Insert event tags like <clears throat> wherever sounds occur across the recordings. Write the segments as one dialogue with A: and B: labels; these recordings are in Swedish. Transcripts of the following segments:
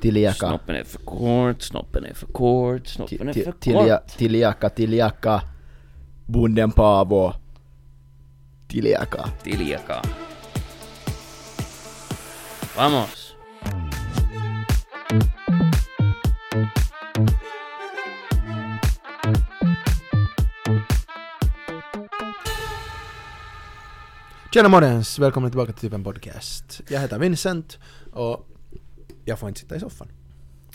A: Tiliaka.
B: Snoppen är för kort, snoppen är för kort,
A: Ti-
B: snoppen är
A: ti-
B: för
A: tilia-
B: kort.
A: Tiliaka, Tiliaka. Bonden Paavo. Tiliaka.
B: Tiliaka. Vamos!
C: Tjena morgens, välkomna tillbaka till typ en podcast. Jag heter Vincent och jag får inte sitta i soffan.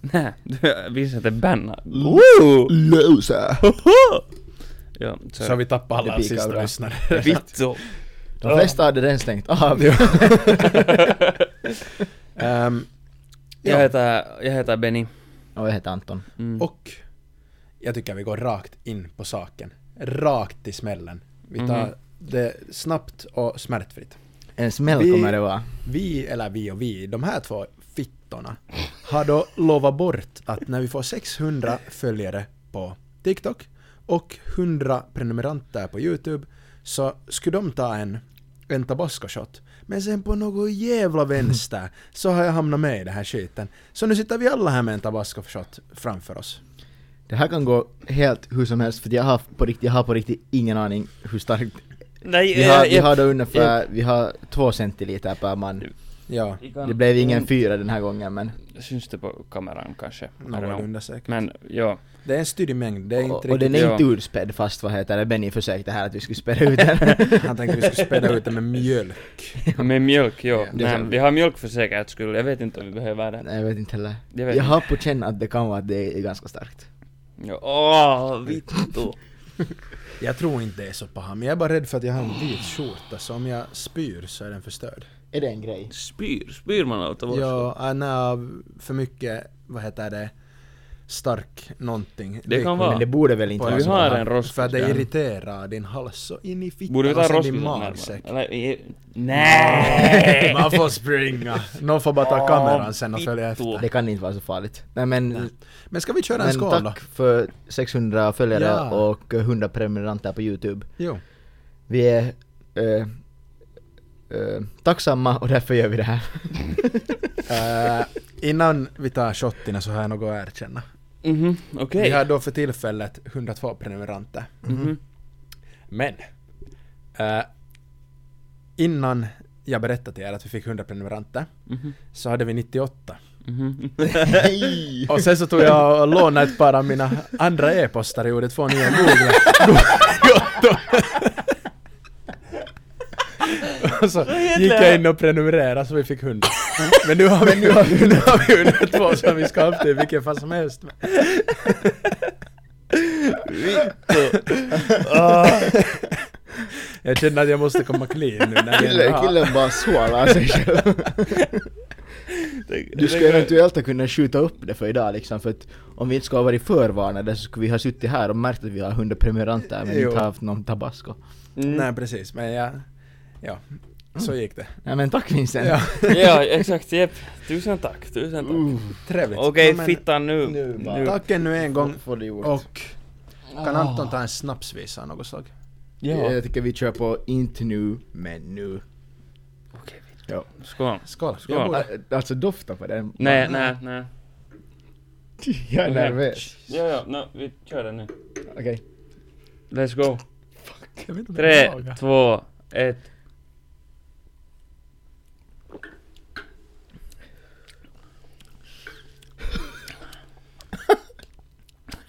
B: Nej, du visar det banna.
A: Loser!
B: Ja,
C: Så,
B: så
C: vi tappar
A: Det
C: alla
A: pikar
C: sista
A: bra.
C: <laughs> lyssnare.
B: Vittu!
A: De flesta hade den stängt av.
C: Ehm,
B: Jag
C: ja,
B: heter, jag heter Benny.
A: Och jag heter Anton.
B: Mm.
C: och jag tycker vi går rakt in på saken. Rakt till smällen. Vi tar
B: Mhm.
C: det snabbt och smärtfritt.
A: En smäll
C: Vi-
A: kommer det vara.
C: Vi, eller vi och vi, de här två fittorna har då lovat bort att när vi får 600 följare på TikTok och 100 prenumeranter på YouTube så skulle de ta en, en tabasco-shot. Men sen på något jävla vänster så har jag hamnat med i den här skiten. Så nu sitter vi alla här med en tabasco-shot framför oss.
A: Det här kan gå helt hur som helst för jag har på riktigt, jag har på riktigt ingen aning hur starkt
B: Nej,
A: Vi har, vi
C: eh,
A: har då ungefär, vi har två centiliter per man.
C: Ja,
A: Det blev ingen fyra den här gången men
B: Syns det på kameran kanske? I don't know.
C: någorlunda säkert.
B: Men ja,
C: Det är en styrd mängd, det är inte
A: och,
C: riktigt...
A: och den är
B: ja.
A: inte urspädd fast vad heter det, Benny försökte här att vi skulle späda ut den.
C: <laughs> Han tänkte vi skulle späda ut det med mjölk.
B: med mjölk, ja.
C: Det
A: är
B: Nej,
A: så-
B: vi har mjölk för säkerhets skull. Jag vet inte om vi behöver den.
A: Nej jag vet inte heller.
B: Jag vet
A: Jag har på känn att det kan vara att det är ganska starkt.
B: inte. Åh, vittu!
C: Jag tror inte det är så paha, men jag är bara rädd för att jag har en vit skjorta, så om jag spyr så är den förstörd.
A: Är det en grej?
B: Spyr, spyr man åt oss?
C: Ja, en av för mycket, vad heter det, stark någonting.
B: Det kan vara.
A: Men det borde väl inte
C: på
B: Vi
A: vara så?
B: har
C: här,
B: en roskis
C: För att det
B: där.
C: irriterar din hals så in i fickan
B: Borde vi ta
C: och sen
B: rostbiffen
C: din
B: närmare?
C: magsäck.
B: Eller, i- nej!
C: Man får springa! Någon får bara ta kameran sen och följa
B: Vittu.
C: efter.
A: Det kan inte vara så farligt. Nej men,
C: Men ska vi köra en
A: men
C: skål då?
A: tack för 600 följare
C: Ja.
A: och 100 prenumeranter på Youtube.
C: Jo.
A: Vi är eh, eh, tacksamma och därför gör vi det här.
C: Eh, innan vi tar shottina så har jag något att erkänna.
B: <laughs> Mhm,
C: Vi
B: okej.
C: har då för tillfället 102 prenumeranter.
B: Mhm.
C: Men! eh, innan jag berättade till er att vi fick 100 prenumeranter
B: Mhm.
C: så hade vi 98.
B: Mhm.
A: Nej!
C: <laughs> Och sen så tog jag och lånade ett par av mina andra e-postar och gjorde två nya Google. <laughs> Och så gick jag in och prenumererade så vi fick 100. Men nu har vi, nu har vi, nu har vi 102 som vi ska upp till vilken fall som helst. <laughs> Jag känner att jag måste komma clean nu när vi ändå
A: Killen,
C: har...
A: killen bara sålar sig
C: <laughs>
A: själv. Du skulle eventuellt ha kunnat skjuta upp det för idag liksom för att om vi inte skulle ha varit förvarnade så skulle vi ha suttit här och märkt att vi har 100 prenumeranter men
C: Jo.
A: inte haft någon tabasco.
B: Mm.
C: Nej precis, men jag... Ja, så gick det.
A: Nej men tack Vincent!
C: Ja,
B: Ja, exakt, jepp. Tusen tack, tusen tack.
C: trevligt.
B: Okej,
C: Ja, men
B: fittan nu.
A: nu bara.
C: Tack ännu en gång.
A: Får det gjort.
C: Och kan Anton ta Eh, en snapsvisa av något slag?
B: Ja.
A: Eh, Jag tycker vi kör på inte nu, men nu.
B: Okej, vi-
A: Ja.
B: Skål.
C: Skål.
B: Skål.
C: Jag borde-
A: Äh, Alltså dofta på den.
B: Ah. Nej, nej, nej.
A: <laughs> Jag är nervös.
B: Ja, ja, no, vi kör den nu.
A: Okej.
B: Let's go.
C: Jag vet inte om jag
B: Tre,
C: vågar.
B: två, ett.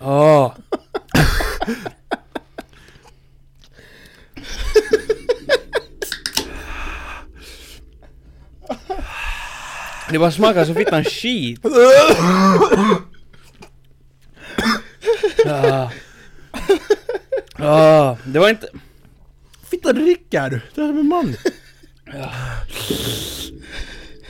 B: Åh! Det bara smakar så fittan skit! Ah. Ah, det var inte...
C: Fitta dricker du! Det är som en man!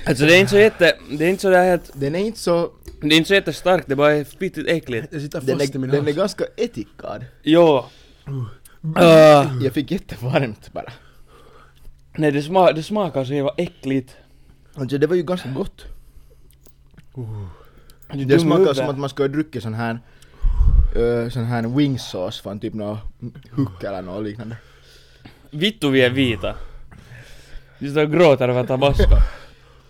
B: Alltså det är inte så jätte... Det är inte så där helt...
A: Den är inte så...
B: Det är inte så jättestarkt, det bara är fittigt äckligt.
C: Jag sitter
A: Den
C: fast i
A: är,
C: min
A: den är
C: hals.
A: ganska etikad.
B: Jo. Ah.
A: Jag fick jättevarmt bara.
B: nej det, sma, det smakar så jävla äckligt.
A: Alltså det var ju ganska gott.
B: Du
A: Det
B: dum
A: smakar
B: huvud.
A: som att man ska ha druckit sån här eh, sån här wingsås från typ någon huck eller något liknande.
B: Vittu vi är vita. Du står och gråter över tabasco.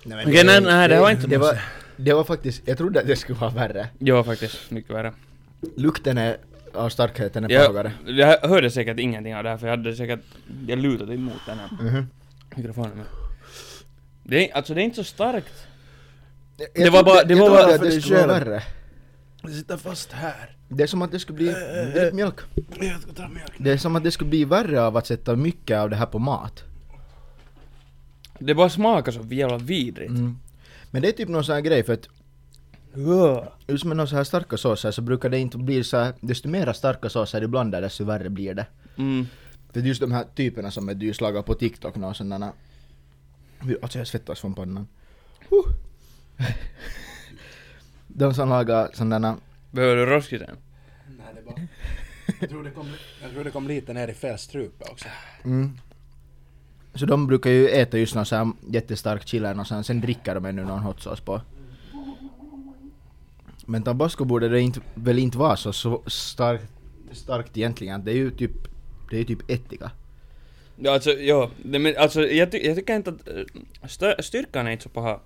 A: Nej,
B: Okej, nej, nej, det var inte-
A: det var, Det var faktiskt, jag trodde att det skulle vara värre.
B: Ja, faktiskt. Mycket värre.
A: Lukten är, av starkheten är
B: Jag,
A: svagare.
B: jag hörde säkert ingenting av det här för jag hade säkert... Jag lutade emot den här
A: Mhm.
B: mikrofonen. Men. Det är, alltså det är inte så starkt.
A: Jag- jag
B: Det var
A: trodde-
B: bara- det
A: jag
B: var
A: trodde
B: bara
A: att
C: för
A: det
C: dig
A: skulle vara
C: själv.
A: värre.
C: Jag sitter fast här.
A: Det är som att det skulle bli, drick mjölk.
C: Jag ska ta mjölk.
A: Det är som att det skulle bli värre av att sätta mycket av det här på mat.
B: Det bara smakar så jävla vidrigt.
A: Mm. Men det är typ någon sån här grej för att
B: Ja.
A: just med någon så här starka såser så brukar det inte bli så här, desto mera starka såser du blandar desto värre blir det.
B: Mm.
A: För just de här typerna som du just lagar på TikTok, någon sådana... Alltså jag svettas från pannan. Huh. <laughs> De som lagar sådana...
B: Behöver du roskisen?
C: Nej, det är bara... Jag tror det, kom, jag tror det kom lite ner i fel strupe också.
A: Mm. Så de brukar ju äta just någon sån här jättestark chili och sen, sen dricker de ännu någon hot sauce på. Men tabasco borde det inte, väl inte vara så, så stark, starkt egentligen. Det är ju typ, det är ju typ ättika.
B: Ja, alltså, ja. Det, men, alltså, jag, ty- jag tycker inte att... eh, Stö- styrkan är inte så paha.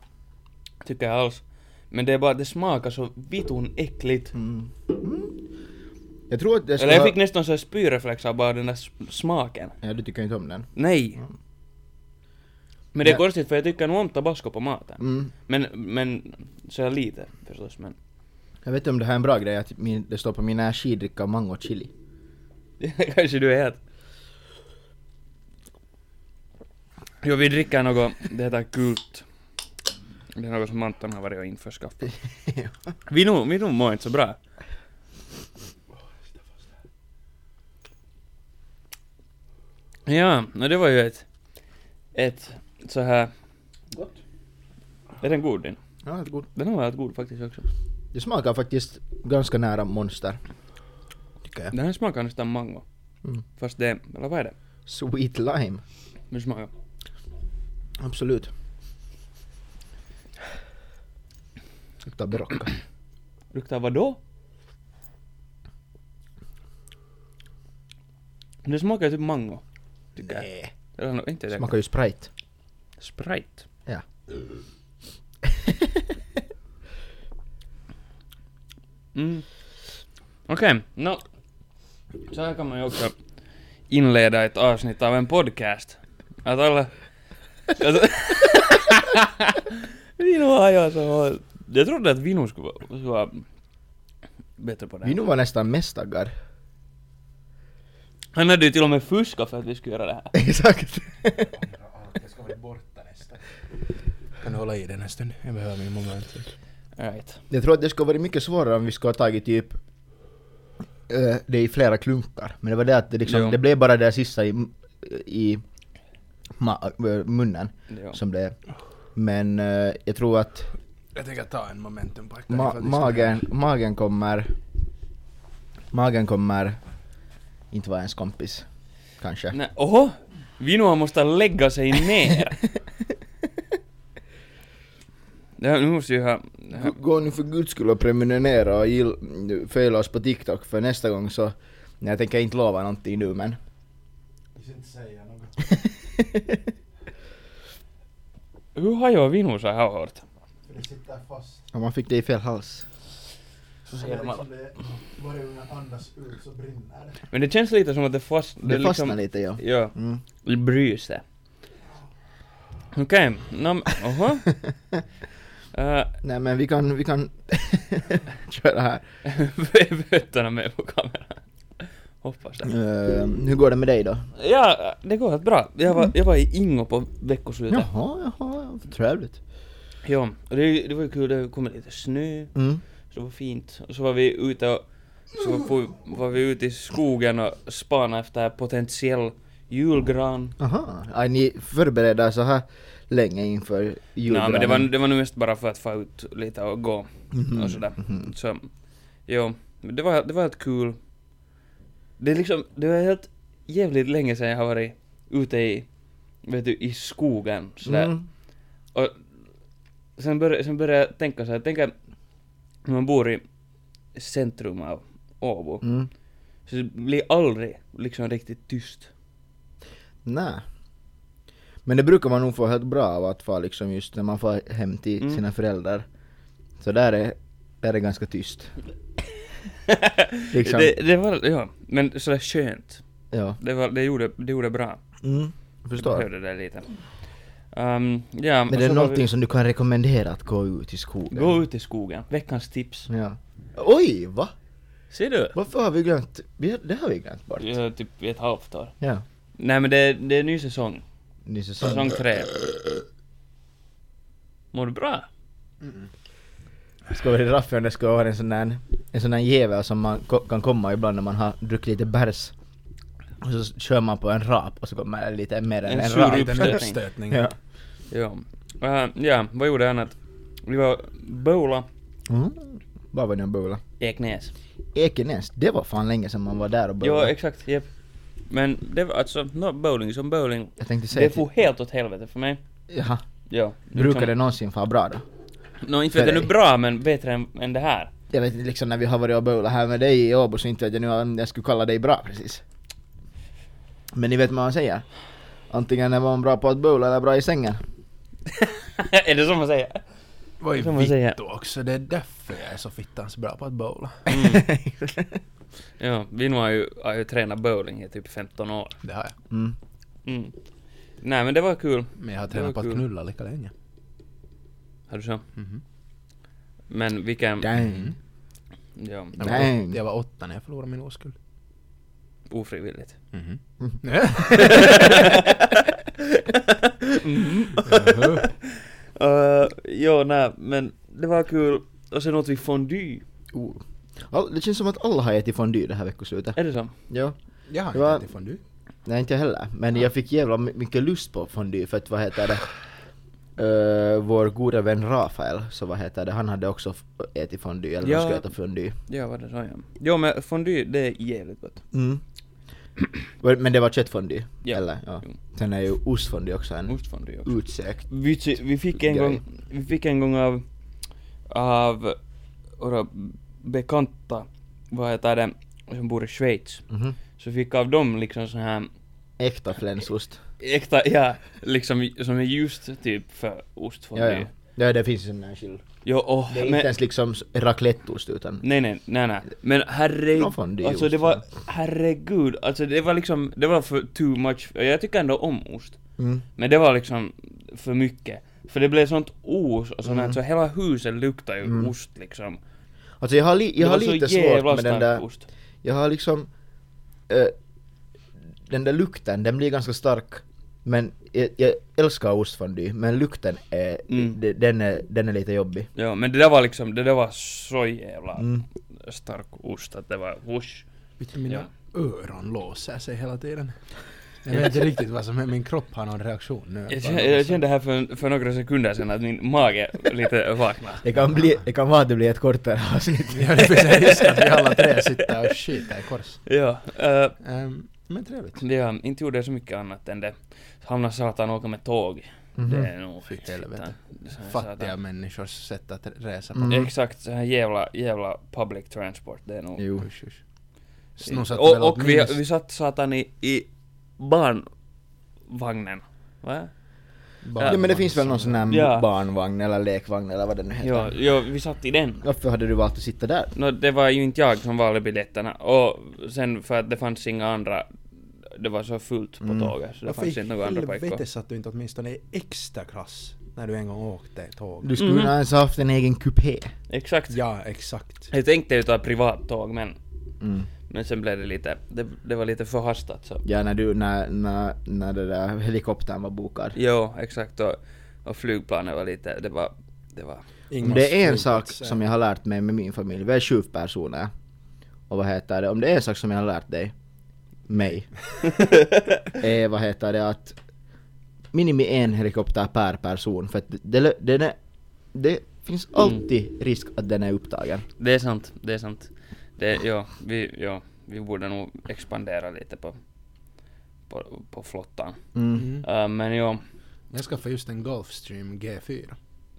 B: Tycker jag alls. Men det är bara att det smakar så vitun äckligt.
A: Mm. Mm. Jag tror att det ska...
B: Eller jag fick nästan så här spyreflex av bara den där s- smaken.
A: Ja, du tycker inte om den.
B: Nej. Men det är
A: Nej.
B: konstigt för jag tycker nog om tabasco på maten.
A: Mm.
B: Men, men, så här lite förstås men. <laughs>
A: Jag vet inte om det här är en bra grej, att min, det står på min energidricka mango chili.
B: Kanske du är ett. Jo, vi dricker något, det heter kult. Det är något som Anton har varit och införskaffat. Vi nog, vi nog mår inte så bra. Ja, no det var ju ett, ett så här.
A: Gott.
B: Är den god din?
A: Ja, det är god.
B: Den har varit god faktiskt också.
A: Det smakar faktiskt ganska nära monster. Tycker jag.
B: Den här smakar nästan mango.
A: Mm.
B: Fast det, eller vad är det?
A: Sweet lime.
B: Den smakar.
A: Absolut. Luktar berocka.
B: Luktar vadå? Det smakar typ mango. Tycker jag.
A: Nej.
B: Eller nå, inte det.
A: Smakar ju Sprite.
B: Sprite.
A: Ja.
B: Mm. Okej, nå. Så här kan man ju också inleda ett avsnitt av en podcast. Att alla... Att- <laughs> Vino har jag som har... Jag trodde att Vino skulle vara- skulle vara bättre på det här.
A: Vi nu var nästan mest taggad.
B: Han hade ju till och med fuskat för att vi skulle göra det här.
A: Exakt.
C: Jag ska vara borta nästa. Kan du hålla i den en stund? Jag behöver min moment.
B: All right.
A: <laughs> Jag tror att det skulle ha varit mycket svårare om vi skulle ha tagit typ eh, det i flera klunkar. Men det var det att det,
B: Jo.
A: liksom, det blev bara det sista i, i ma- eh, munnen
B: Ja.
A: som blev. Men eh, jag tror att
C: Jag tänker ta en momentum pack. där
A: ma-
C: ifall det
A: magen, magen kommer... Magen kommer inte vara ens kompis. Kanske.
B: Nej, oho! Vinoa måste lägga sig ner. det här, nu måste ju ha... det här-
A: Gu- Gå nu för guds skull och prenumerera och gill- följ oss på TikTok för nästa gång så... Nej, jag tänker inte lova någonting nu men...
C: skulle- Jag ska inte säga något.
B: Hur har jag Vino så här hårt?
C: För det sitter fast.
A: Om man fick det i fel hals.
C: Så
B: säger de alla.
C: det, varje gång jag andas ut så brinner det.
B: Men det känns lite som att det fast...
A: Det, liksom- fastnar lite ja.
B: Ja,
A: Mm.
B: i bryset. Okej, okay, oho. Eh, <laughs>
A: Nej men vi kan, vi kan <laughs> köra här.
B: Fötterna med på kameran. Hoppas det.
A: Eh, hur går det med dig då?
B: Ja, det går helt bra. Jag var, jag var i Ingo på veckoslutet.
A: Jaha, jaha, trevligt.
B: Ja, och det, det var ju kul, det kom lite snö,
A: Mm.
B: så det var fint. Och så var vi ute och, så var, var vi ute i skogen och spanade efter potentiell julgran.
A: Aha, Aj, ni förbereder så här länge inför
B: Nej
A: julgranen?
B: men det var, det var nog mest bara för att få ut lite och gå
A: Mhm,
B: och sådär.
A: mhm.
B: Så, jo, men det var, det var helt kul. Det är liksom, det var helt jävligt länge sedan jag har varit ute i, vet du, i skogen sådär.
A: Mm.
B: Och sen, bör, sen började jag tänka så här, tänk att när man bor i centrum av Åbo,
A: Mm.
B: så det blir aldrig liksom riktigt tyst.
A: Nej. Men det brukar man nog få helt bra av att få liksom just när man får hem till
B: Mm.
A: sina föräldrar. Så där är, där är ganska
B: <laughs>
A: tyst. Liksom.
B: det, det var, ja, men sådär skönt.
A: Ja.
B: Det, var, det, gjorde, det gjorde bra.
A: Mm.
B: Jag
A: Förstår.
B: behövde det lite. Ehm, ja,
A: Men det
B: och så
A: är
B: var
A: någonting som du kan rekommendera att gå ut i
B: vi,
A: skogen.
B: Gå ut i skogen, veckans tips.
A: Ja. Oj, va?
B: Ser du?
A: Varför har vi glömt? Vi har, det har vi glömt bort.
B: Ja, typ i ett halvt år.
A: Ja.
B: Nej men det, det är ny säsong.
A: Ny säsong.
B: Säsong tre. Mår du bra?
A: Ska vara det raffiga om det ska vara en sån där, en sån där jävel som man ko- kan komma ibland när man har druckit lite bärs. Och så kör man på en rap och så kommer det lite mer än
B: En
A: en,
B: sur
A: rap.
B: upp-
C: Liten
B: Uppstötning.
C: uppstötning.
A: Ja.
B: Ja. Eh, ja, vad gjorde jag annat? Vi var bowla,
A: Mm. Vad var det jag bowlade?
B: Eknäs.
A: Ekenäs, det var fan länge sedan man var där och
B: Ja,
A: bowlade.
B: exakt, jep. Men det var alltså, no, bowling som bowling.
A: jag tänkte säga
B: Det får helt åt helvete för mig.
A: till- Jaha.
B: Ja.
A: Brukar det någonsin fara bra då?
B: Nå, inte vet
A: för
B: jag nu
A: dig?
B: bra, men bättre än, än det här.
A: Jag vet inte liksom när vi har varit och bowlat här med dig i Åbo så inte vet jag nu om jag skulle kalla dig bra precis. Men ni vet vad man säger? Antingen är man bra på att bowla eller bra i sängen.
B: <laughs> är det så man säger?
C: Vad
B: Kan man säga.
C: är vittu också, det är därför jag är så fittans bra på att bowla.
B: Mm. Ja, vi nu har ju, har ju tränat bowling i typ 15 år.
C: Det har jag.
A: <laughs> Mm.
B: Mm. Nej men det var kul.
C: Men jag har
B: Det
C: tränat på
B: var
C: att
B: kul. Mm-hmm.
C: knulla lika länge.
B: Har du så?
C: Mhm.
B: Men vilken...
A: Dang.
B: Ja,
C: Mm. Jag var,
A: Dang.
C: åt, jag var åtta när jag förlorade min oskuld.
B: <laughs> ofrivilligt.
C: Mhm.
B: Uh, ja, nej, men det var kul. Och sen åt vi fondue.
A: Oh. All, det känns som att alla har ätit fondue det här veckoslutet.
B: Är det så?
A: Ja.
C: <laughs> Jag har
A: Det var-
C: inte ätit du.
A: Nej inte jag heller. Men jag fick jävla my- mycket lust på fondue för att vad heter det? Uh, vår goda vän Rafael, så vad heter det, han hade också f- ätit fondue, eller
B: Ja.
A: ja. skulle äta fondue.
B: Ja, var det så ja. Jo, men fondue, det är jävligt gott.
A: Mm. Men det <clears throat> var köttfondue?
B: Ja.
A: Eller? Ja.
B: Jo.
A: Sen är ju ostfondue också en
B: Ostfondue också.
A: utsökt.
B: Vi, ty- vi fick en
A: Grej.
B: gång, vi fick en gång av, av våra bekanta, vad heter det, som bor i Schweiz.
A: Mhm.
B: Så fick av dem liksom så här
A: Äkta flänsost.
B: äkta, ja, liksom som är just typ för
A: Ja,
B: ostfondue.
A: ja. ja, det finns ju sån där skill.
B: Jo, åh,
A: Det är
B: men-
A: inte ens liksom s- racletteost utan...
B: Nej, nej, nej, nej. Men herre...
A: Nå fan, det är
B: alltså
A: ost,
B: det var,
A: va?
B: herregud. Alltså det var liksom, det var för too much. Jag tycker ändå om ost.
A: Mm.
B: Men det var liksom för mycket. För det blev sånt os och sånt här,
A: Mm.
B: så hela huset luktar ju ost liksom.
A: Alltså jag har, li- jag har
B: det var
A: lite
B: så jävla
A: svårt med den
B: stark
A: där...
B: ost.
A: Jag har liksom... eh, den där lukten, den blir ganska stark. Men jag, jag älskar ostfondue, men lukten är,
B: Mm.
A: de- den är... Den är lite jobbig.
B: Ja, men det där var liksom, det där var så jävla
A: Mm.
B: stark ost att det var whoosh.
C: Vittu, mina öron låser sig hela tiden. Jag vet inte riktigt vad som är, min kropp har någon reaktion nu.
B: Jag kände, jag kände här för, för några sekunder sedan att min mage lite vaknade.
A: Det kan, bli, det kan vara att det blir ett kortare avsnitt.
C: <laughs> Ja, det finns en risk att vi alla tre sitter och skiter i kors.
B: Ja, eh,
C: Ehm, men trevligt.
B: Ja, inte gjorde jag så mycket annat än det. Hamna satan och åka med tåg.
A: Mhm. Mm-hmm.
B: Det
A: Mm.
B: är nog...
C: Fy helvete.
B: satan. Så här
C: Fattiga
B: satan.
C: människors sätt att resa på.
A: Mm.
B: Exakt, så här jävla, jävla public transport. Det är nog...
A: Jo.
C: Usch, usch. Snosat väl
B: och
C: åt
B: och vi,
C: minst.
B: vi satt satan i, i barnvagnen. Va?
C: Barn-
A: Ja men det finns väl någon sån här
B: Ja.
A: barnvagn eller lekvagn eller vad det nu heter.
B: Ja, ja, vi satt i den.
A: Varför hade du valt att sitta där?
B: Nå, det var ju inte jag som valde biljetterna. Och sen för att det fanns inga andra... Det var så fullt på tåget så det
C: Mm. Varför
B: fanns
C: i
B: inte några andra pojkar.
C: helvete satt du inte åtminstone i extra klass när du en gång åkte tåg?
A: Du skulle
B: Mm-hmm.
A: mm. ens haft en egen kupé.
B: Exakt.
C: Ja, exakt.
B: Jag tänkte ju ta privattåg men...
A: Mm.
B: Men sen blev det lite, det, det var lite förhastat så.
A: Ja, när du, när, när, när det där helikoptern var bokad.
B: Jo, exakt och, och flygplanet var lite, det var, det
C: <laughs>
B: var...
A: Om det är en sak
C: liksom.
A: som jag har lärt mig med min familj, vi är sju personer. Och vad heter det, om det är en sak som jag har lärt dig, mig, är vad heter det att minimi en helikopter per person. För att det, det, den är- det finns alltid risk att den är upptagen.
B: Det är sant, det är sant. Det, ja, vi, ja, vi borde nog expandera lite på, på, på flottan.
A: Mm.
B: Äh, men ja,
C: Jag skaffade just en Gulfstream G4.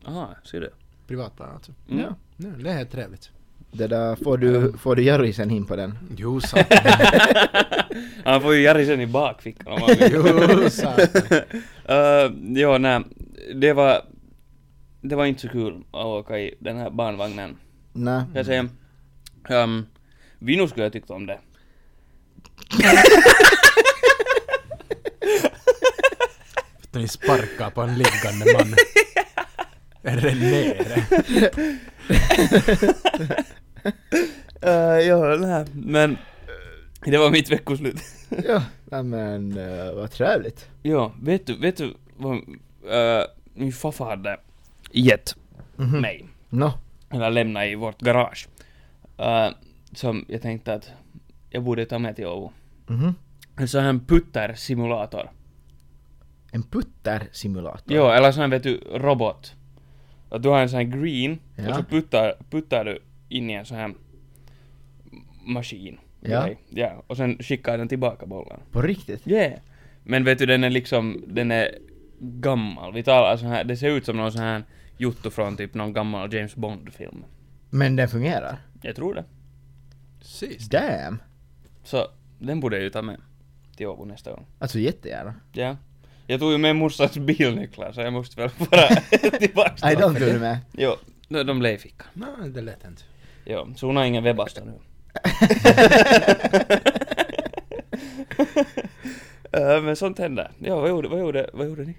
B: aha, ser du?
C: Privatplan alltså.
B: Mm.
A: Ja.
C: Ja, det är helt trevligt.
A: Det där, får du, får du Jarrisen in på den? <laughs>
C: Jo satan.
B: Han får ju Jari sen i bakfickan om
C: <laughs>
B: Eh, han vill.
C: jo satan.
B: Äh, Ja, nej, det var, det var inte så kul att åka i den här barnvagnen.
A: Nej.
B: Jag säger, um, Vino skulle ha tyckt om det.
C: Att ni sparkar på en liggande
A: <laughs>
C: man. Är det nere?
B: Uh, ja, nej. Men det var mitt veckoslut.
A: Ja, nej men eh, vad trevligt.
B: ja, vet du, vet du vad eh, min farfar hade gett
A: Mhm.
B: mig?
A: Nå,
B: Eller lämnat i vårt garage. Eh, som jag tänkte att jag borde ta med till Åbo.
A: mhm.
B: En sån här puttersimulator.
A: En puttersimulator.
B: Jo, eller sån här vet du, robot. Att du har en sån här green
A: Ja.
B: och så puttar, puttar du in i en sån här maskin.
A: Ja.
B: Grej. ja. Och sen skickar den tillbaka bollen.
A: På riktigt?
B: Yeah. Men vet du, den är liksom, den är gammal. Vi talar så här, det ser ut som någon sån här jotto från typ någon gammal James Bond-film.
A: Men den fungerar?
B: Jag tror det.
C: Precis.
A: Damn!
B: Så den borde jag ju ta med till Åbo nästa gång.
A: Alltså jättegärna.
B: Ja. Jag tog ju med morsans bilnycklar så jag måste <laughs> väl bara tillbaks
A: Nej,
B: dem.
A: de tog du med.
B: Jo, de, de blev i fickan.
C: Nej, det lät inte.
B: Jo, så hon har ingen webbasta <laughs> nu. Eh, Men sånt händer. Ja, vad gjorde, vad gjorde, vad gjorde ni?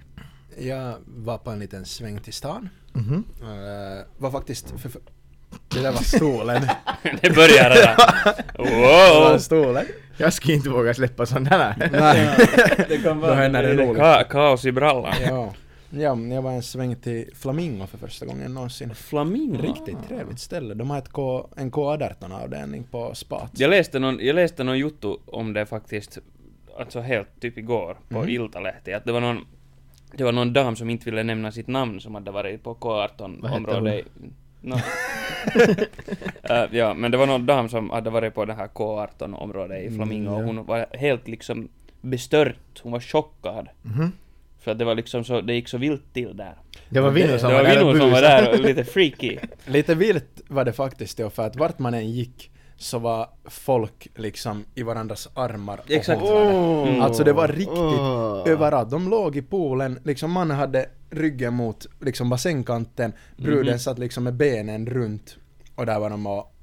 C: Jag var på en liten sväng till stan.
A: Mhm.
C: Eh, var faktiskt... För, för, det där var
A: <laughs>
C: stolen.
B: <laughs> Det börjar <laughs> redan.
C: det var
B: Wow!
C: stolen.
A: Jag skulle inte våga släppa sådana här.
C: Nej.
B: Det kan
C: vara- Då händer det roligt.
B: Ka- kaos i brallan.
C: Ja. ja, men jag var en sväng till Flamingo för första gången någonsin.
B: Flamingo?
C: Riktigt
A: Ah.
C: trevligt ställe. De har ett K, en K18-avdelning på Spat.
B: Jag läste någon, jag läste någon jotto om det faktiskt, alltså helt typ igår, på
C: Mhm.
B: Iltalehti, att det var någon det var någon dam som inte ville nämna sitt namn som hade varit på
A: Vad hette
B: K18-området. <laughs> No. Eh, ja, men det var någon dam som hade varit på det här K18-området i Flamingo och
C: ja.
B: hon var helt liksom bestört, hon var chockad.
A: Mhm.
B: För att det var liksom så, det gick så vilt till där.
A: Det var Vinno som
B: det
A: var
B: var
A: där och
B: Vino som var
A: busade.
B: där och lite freaky.
C: Lite vilt var det faktiskt då, för att vart man än gick så var folk liksom i varandras armar och
B: Exakt.
C: hånglade.
A: Oh.
B: Mm.
C: Alltså det var riktigt
A: Åh.
C: överallt. De låg i poolen, liksom mannen hade ryggen mot liksom bassängkanten, bruden
B: Mhm.
C: satt liksom med benen runt och där var de och...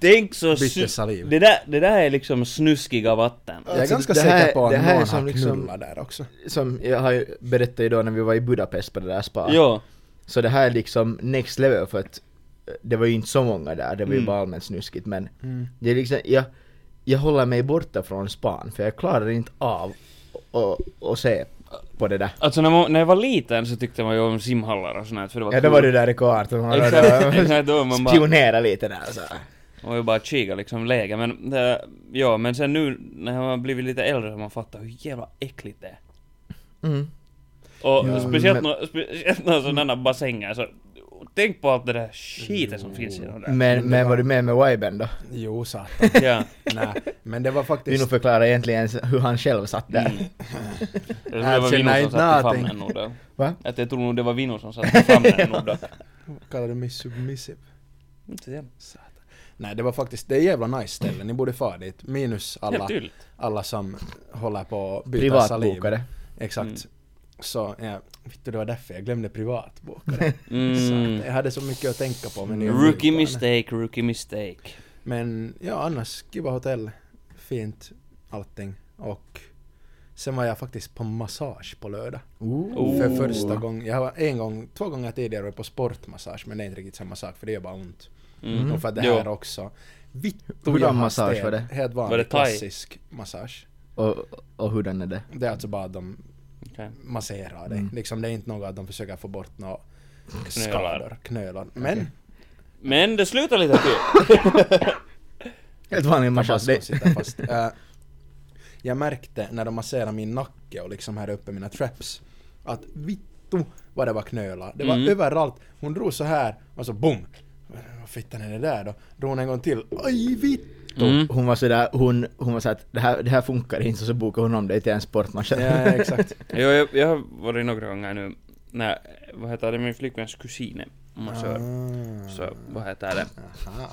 B: Tänk så
C: Bytte
B: snu-
C: saliv.
B: Det där, det där är liksom snuskiga vatten.
C: Jag är
A: Alltså,
C: ganska
A: det här-
C: säker på att
A: det
C: någon
A: här är
C: har
A: som
C: knullat
A: liksom-
C: där också.
A: Som jag har ju berättat ju då när vi var i Budapest på det där spa.
B: Jo.
A: Så det här är liksom next level för att eh, det var ju inte så många där, det var ju
B: Mm.
A: bara allmänt snuskigt men
C: Mm.
A: det är liksom, jag, jag håller mig borta från span för jag klarar inte av att- att se på det där.
B: Alltså när, man, när jag var liten så tyckte man ju om simhallar och sånt här, för det var
A: Ja då
B: kul.
A: var du där i K18
B: Exakt, <laughs> exakt, då var man bara...
A: spionera lite där alltså. så.
B: Och jag bara kika liksom läge, men... Det, ja, men sen nu när man har blivit lite äldre så man fattar hur jävla äckligt det är.
A: Mm.
B: Och
A: Ja,
B: speciellt
A: men-
B: några speciellt några sådana bassänger så... Tänk på allt det där skitet som finns i de där.
A: Men, men var du med med Wyben då?
C: Jo, satan.
A: <laughs>
B: Ja.
C: Nej, men det var
A: Du nog
C: faktiskt...
A: förklara egentligen ens hur han själv satt där.
B: Mm. Det
C: Alltså,
B: var Vino
C: nej,
B: som satte
C: nothing.
B: fram en nog då.
A: Va?
B: Att jag tror nog det var Vino som satte fram en
A: <laughs>
B: nog då.
C: Kallar du mig submissive?
B: Inte det.
C: Satan. Nej, det var faktiskt... Det är jävla nice ställe, ni borde fara dit. Minus alla...
B: Helt tydligt.
C: alla som håller på att byta saliv.
A: Privatbokare.
C: Exakt.
B: Mm.
C: Så, ja, vet du, det var därför jag glömde privatbokare. Så
B: Mm.
C: att jag hade så mycket att tänka på med nya
B: Rookie
C: flygplan.
B: mistake, rookie mistake.
C: Men ja, annars, kiva hotell, fint, allting. Och sen var jag faktiskt på massage på lördag.
A: Ooh.
C: För första gången. Jag var en gång, två gånger tidigare varit på sportmassage, men det är inte riktigt samma sak för det gör bara ont.
B: Mm.
C: Och för att det
B: Jo.
C: här också. Vittu
A: Hurdan
C: jag har
A: massage
C: stel.
A: var det?
C: Helt vanlig
B: Var det thai?
C: klassisk massage.
A: Och, och hurdan är det?
C: Det är alltså bara att de
B: Okej.
C: masserar dig.
A: Mm.
C: Liksom det är inte något att de försöker få bort några
B: Knölar.
C: skador, knölar. Men
B: Men det slutar lite kul.
A: Helt vanlig massage.
C: tabaskon
A: Det-
C: sitter fast. <laughs> Eh, jag märkte när de masserade min nacke och liksom här uppe mina traps att vittu vad det var knölar. Det var
B: Mm.
C: överallt. Hon drog så här och så boom! Vad fittan är det där då? Drog hon en gång till. Aj vittu!
B: Mm.
A: Hon var sådär, hon, hon var såhär att det här, det här funkar inte så så bokade hon om dig till en sportmatch.
C: Ja, exakt.
B: Jo, jag, jag har varit några gånger nu när, vad heter det, min flickväns kusin är <laughs> massör.
C: Ah.
B: Så vad heter det? <laughs>
C: Aha.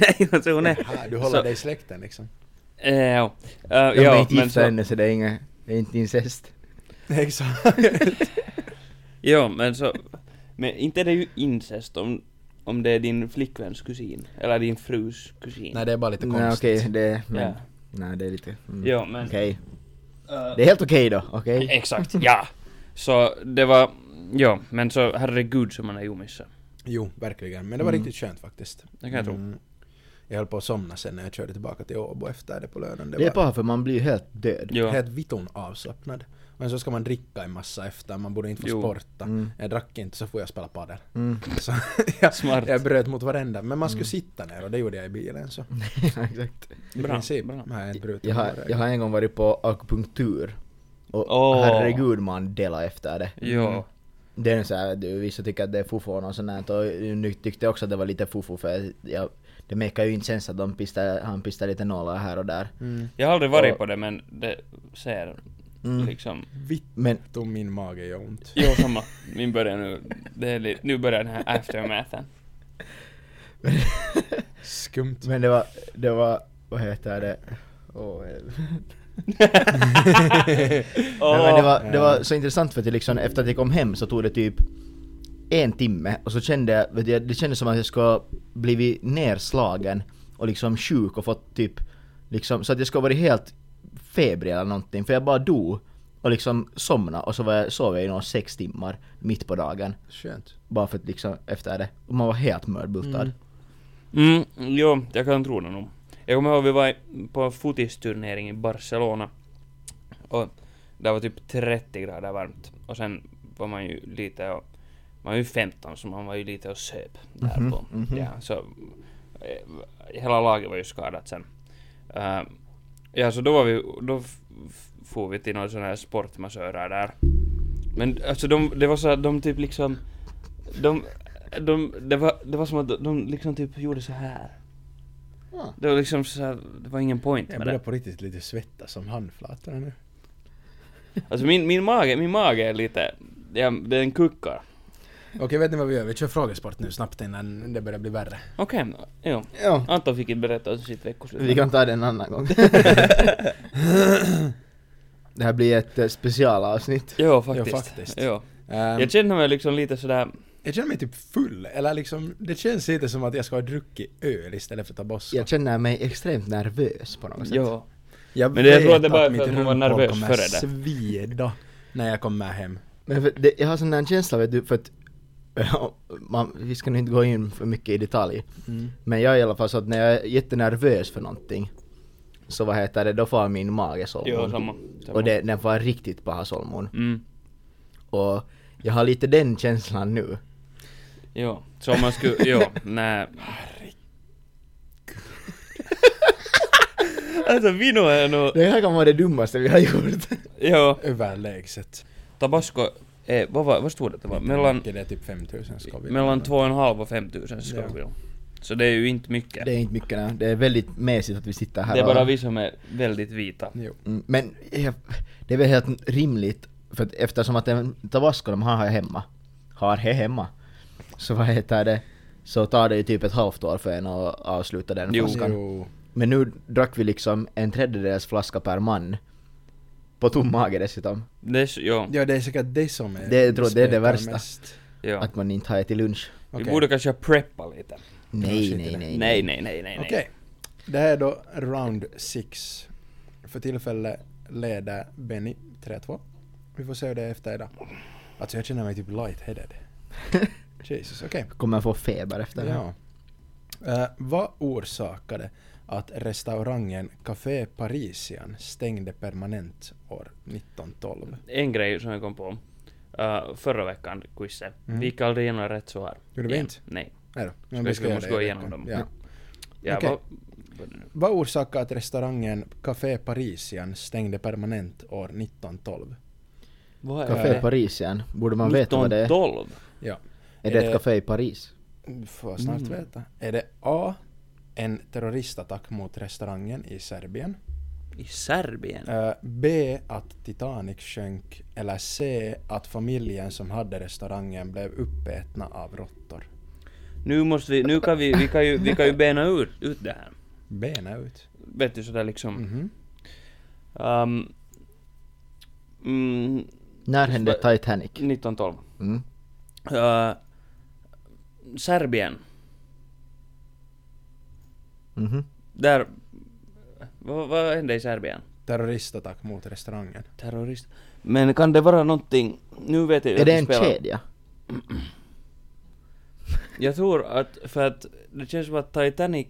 B: Nej, alltså hon är...
C: Aha, du håller
B: Så-
C: dig i släkten liksom.
B: Eh, jo. Eh,
A: <laughs> De är
B: jo,
A: inte
B: men
A: gifta
B: så,
A: ännu så det är, inga,
C: <laughs>
A: det är inte incest.
C: Exakt.
B: jo, men så... Men inte är det ju incest om, om det är din flickväns kusin. Eller din frus kusin.
C: Nej, det är bara lite
A: Nej
C: konstigt.
A: okej, det... Men,
B: Ja.
A: Nej det är lite... Mm.
B: Jo, men...
A: Okej.
B: Eh,
A: Det är helt okej då, okej?
B: Exakt, ja! Så det var... Ja, men så herregud som man är ju missat.
C: Jo, verkligen. Men det var
A: Mm.
C: riktigt skönt faktiskt.
B: Det kan jag tro.
C: Mm. Jag höll på att somna sen när jag körde tillbaka till Åbo efter det på lönen. Det,
A: Det är
C: var
A: bara för man blir ju helt död.
B: Jo.
C: helt vitton avslappnad. Men så ska man dricka en massa efter, man borde inte få
B: Jo.
C: sporta.
A: Mm.
C: Jag drack inte så får jag spela padel. <laughs>
A: Mm. <laughs>
C: Så jag,
B: Smart.
C: jag bröt mot varenda, men man skulle sitta ner och det gjorde jag i bilen så.
A: Exakt.
C: I
B: Bra,
C: princip.
B: bra.
C: Nej, inte brutit
A: Jag har,
C: några
A: jag har en gång varit på akupunktur. Och
B: Åh.
A: herregud man delar efter det.
B: Jo.
A: Det är så här, du, vissa tycker att det är fofo och något sånt där, och nu tyckte jag också att det var lite fofo för jag, det mekar ju inte sens att de pistar, han pistar lite nålar här och där.
C: Mm.
B: Jag har aldrig varit
A: Och-
B: på det men det ser
A: Mm.
B: liksom...
C: Vitt
A: Men
C: om min mage gör ont.
B: Jo, samma. Min börjar nu. Det är lite, nu börjar den här aftermathen.
A: <laughs>
C: Skumt.
A: Men det var, det var, vad heter det? Åh, helvete. Nej, men det, var, det var så intressant för att jag liksom, efter att jag kom hem så tog det typ en timme och så kände jag, vet jag, det kändes som att jag skulle blivit nerslagen och liksom sjuk och fått typ, liksom, så att jag skulle varit helt febrig eller någonting för jag bara dog och liksom somna och så var jag, sov jag i några sex timmar mitt på dagen
C: Skönt.
A: bara för att liksom efter det. Och man var helt mörbultad.
C: Mm.
B: Mm, jo, jag kan tro det nog. Jag kommer ihåg vi var i- på fotisturnering i Barcelona. Och det var typ 30 grader varmt. Och sen var man ju lite och... Man var ju 15 så man var ju lite och söp där
A: Mhm,
B: på.
A: mhm.
B: Ja, så... eh, Hela laget var ju skadat sen. Eh, ja, så då var vi... Då f- f- for vi till några sådana här sportmassörer där. Men alltså de, det var så att de typ liksom... De, de, det, var, det var som att de, de liksom typ gjorde så här.
C: Ja.
B: Det var liksom så här, det var ingen point
C: Jag
B: med
C: börjar
B: det.
C: på riktigt lite svettas som handflatorna nu.
B: Alltså min, min mage, min mage är lite, ja, den kuckar.
C: Okej, vet ni vad vi gör? Vi kör frågesport nu snabbt innan det börjar bli värre.
B: Okej, jo.
C: Ja.
B: Anton fick inte berätta om sitt veckoslut.
A: Vi kan ta det en annan gång. det här blir ett eh, specialavsnitt.
B: Jo, faktiskt.
C: Jo, faktiskt.
B: Jo.
C: Ehm,
B: Jag känner mig liksom lite sådär,
C: jag känner mig typ full, eller liksom, det känns lite som att jag ska ha druckit öl istället för
B: Alltså.
C: Tabasco.
A: Jag känner mig extremt nervös på något sätt.
B: jo.
C: Jag
B: Men det- jag
C: vet
B: tror att det bara är för
C: mitt
B: att man var
C: rumphål
B: nervös
C: kommer
B: före det.
C: svida när jag kommer hem.
A: Men för det, jag har sån där känsla vet du, för att <laughs> man, vi ska nu inte gå in för mycket i detalj.
B: Mm.
A: Men jag är i alla fall så att när jag är jättenervös för någonting så vad heter det, då får min mage
B: Jo,
A: solmon.
B: samma. samma.
A: och det, den får riktigt bra solmon.
B: Mm.
A: Och jag har lite den känslan nu.
B: Jo. Så om man skulle, jo, nej. <laughs> Alltså Vino är nog,
A: Det här kan vara det dummaste vi har gjort.
B: jo.
C: Överlägset.
B: Tabasco är, vad var, vad stod det att det var? Mellan
C: Det är typ 5000 ska vi.
B: Mellan 2,5 och 5 000
C: Ja.
B: skogor. Så det är ju inte mycket.
A: Det
B: Det
A: är inte mycket nej. det är väldigt mesigt att vi sitter
B: är,
A: här och-
B: bara vi som är väldigt vita.
C: Jo.
A: Mm, Men eh, det är väl helt rimligt, för att eftersom att en tabasco de har här hemma, har he hemma, så vad heter det, så tar det ju typ ett halvt år för en att avsluta den
B: Jo.
A: flaskan.
C: Jo.
A: Men nu drack vi liksom en tredjedels flaska per man. På tom mage dessutom.
B: Det är, så- jo,
C: Ja, det är säkert det som är...
A: Det- jag tror det är det
C: spekar
A: värsta.
C: mest.
B: jo.
A: Att man inte har ätit lunch.
B: Vi
C: Okej.
B: borde kanske preppa lite.
A: Nej,
C: skit i
A: nej,
C: det.
A: nej,
B: Nej, nej, nej, nej. nej.
C: Okej. Det här är då round 6. För tillfället leder Benny 3-2. Vi får se hur det är efter idag. Alltså jag känner mig typ light-headed. Jesus, okej.
A: <laughs> Kommer jag få feber efter det här?
C: Ja. Eh, vad orsakade att restaurangen Café Parisian stängde permanent år 1912?
B: En grej som jag kom på. Uh, förra veckan, quizet.
C: Mm.
B: Vi gick aldrig igenom rätt svar.
C: Gjorde vi
B: Igen.
C: inte?
B: Nej.
C: Nej då, men
B: Ska-
C: vi
B: ska-
C: göra
B: måste
C: det
B: gå
C: i
B: igenom
C: veckan.
B: dem.
C: Ja.
B: Ja,
C: Okej.
B: vad-
C: Vad orsakade att restaurangen Café Parisian stängde permanent år 1912?
B: vad
A: Café
C: Eh,
A: Paris igen. Borde man veta vad det är?
B: 1912?
C: Ja.
A: Är det
C: Eh,
A: ett café i Paris?
C: Får jag snart
B: Mm.
C: veta. Är det A. En terroristattack mot restaurangen i Serbien.
B: I Serbien?
C: Eh, B. Att Titanic sjönk. Eller C. Att familjen som hade restaurangen blev uppätna av råttor.
B: Nu måste vi, nu kan vi, vi kan ju, vi kan ju bena ut, ut det här.
C: Bena ut.
B: Vet du sådär liksom.
C: Mhm.
B: Ehm, mm,
A: När hände
B: Sp-
A: Titanic?
B: 1912.
A: Mm.
B: Eh, Serbien.
A: Mhm.
B: Där... Vad, vad hände i Serbien?
C: Terroristattack mot restaurangen.
B: Terrorist. Men kan det vara någonting... Nu vet jag ju
A: Är
B: att
A: det
B: vi
A: en
B: spelar-
A: kedja?
B: Jag tror att, för att det känns som att Titanic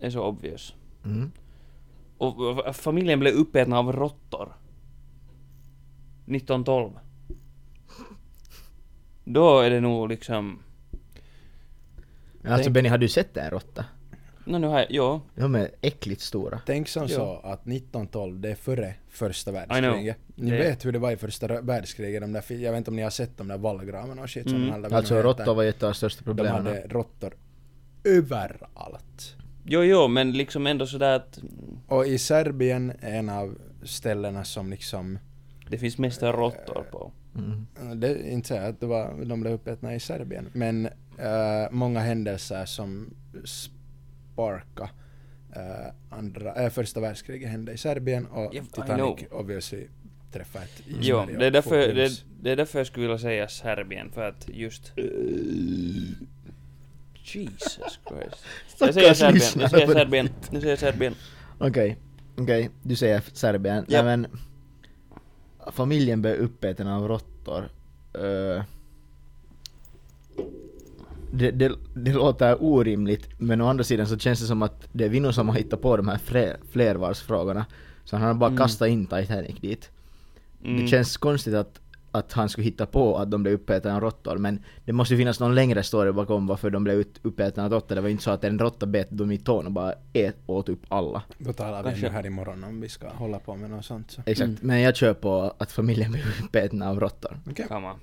B: är så obvious.
A: Mm.
B: Och och familjen blev uppäten av råttor. 1912. Då är det nog liksom...
A: Alltså
B: Tänk-
A: Benny, har du sett det här råtta?
B: Nå nu har jag... Jo.
A: De är äckligt stora.
C: Tänk som
B: Ja.
C: så att 1912, det är före första
B: I know.
C: världskriget. Ni
B: Det-
C: vet hur det var i första rö- världskriget, de där, fi- jag vet inte om ni har sett de där vallgravarna och shit som
B: Mm.
C: de hade.
A: Alltså råttor var ju ett av de största
C: De
A: problemen.
C: hade råttor överallt.
B: Jo, jo, men liksom ändå sådär att...
C: Och i Serbien är en av ställena som liksom, eh,
B: Det finns mest råttor på.
A: Mm.
C: det är inte så att det var, de blev uppätna i Serbien, men eh, många händelser som sparka eh, andra, eh, första världskriget hände i Serbien och
B: Yeah, I
C: Titanic
B: know.
C: obviously träffade ett
A: Mm.
B: Jo,
C: isberg
B: det är,
C: och
B: därför, det,
C: fortplants.
B: det är därför jag skulle vilja säga Serbien, för att just... Jesus Christ. Jag säger
A: Stackars
B: Serbien,
A: lyssnare
B: jag säger
A: på det.
B: Serbien, nu säger jag Serbien.
A: Okej, okej. Du säger Serbien.
B: Ja.
A: Nej men... Familjen blev uppäten av råttor. Eh, det, det, det låter orimligt, men å andra sidan så känns det som att det är vi nog som har hittat på de här fre, flervalsfrågorna. Så han har bara
B: Mm.
A: kastat in Titanic dit.
B: Mm.
A: Det känns konstigt att, att han skulle hitta på att de blev uppätna av råttor, men det måste ju finnas någon längre story bakom varför de blev ut- uppätna av råttor. Det var ju inte så att en råtta bet dem i tån och bara ät, åt upp alla.
C: Då talar vi
B: Kanske.
C: nu här imorgon om vi ska hålla på med något sånt. Så.
A: Exakt,
B: Mm.
A: men jag kör på att familjen blev uppäten av råttor.
C: Okej.
B: Kan man.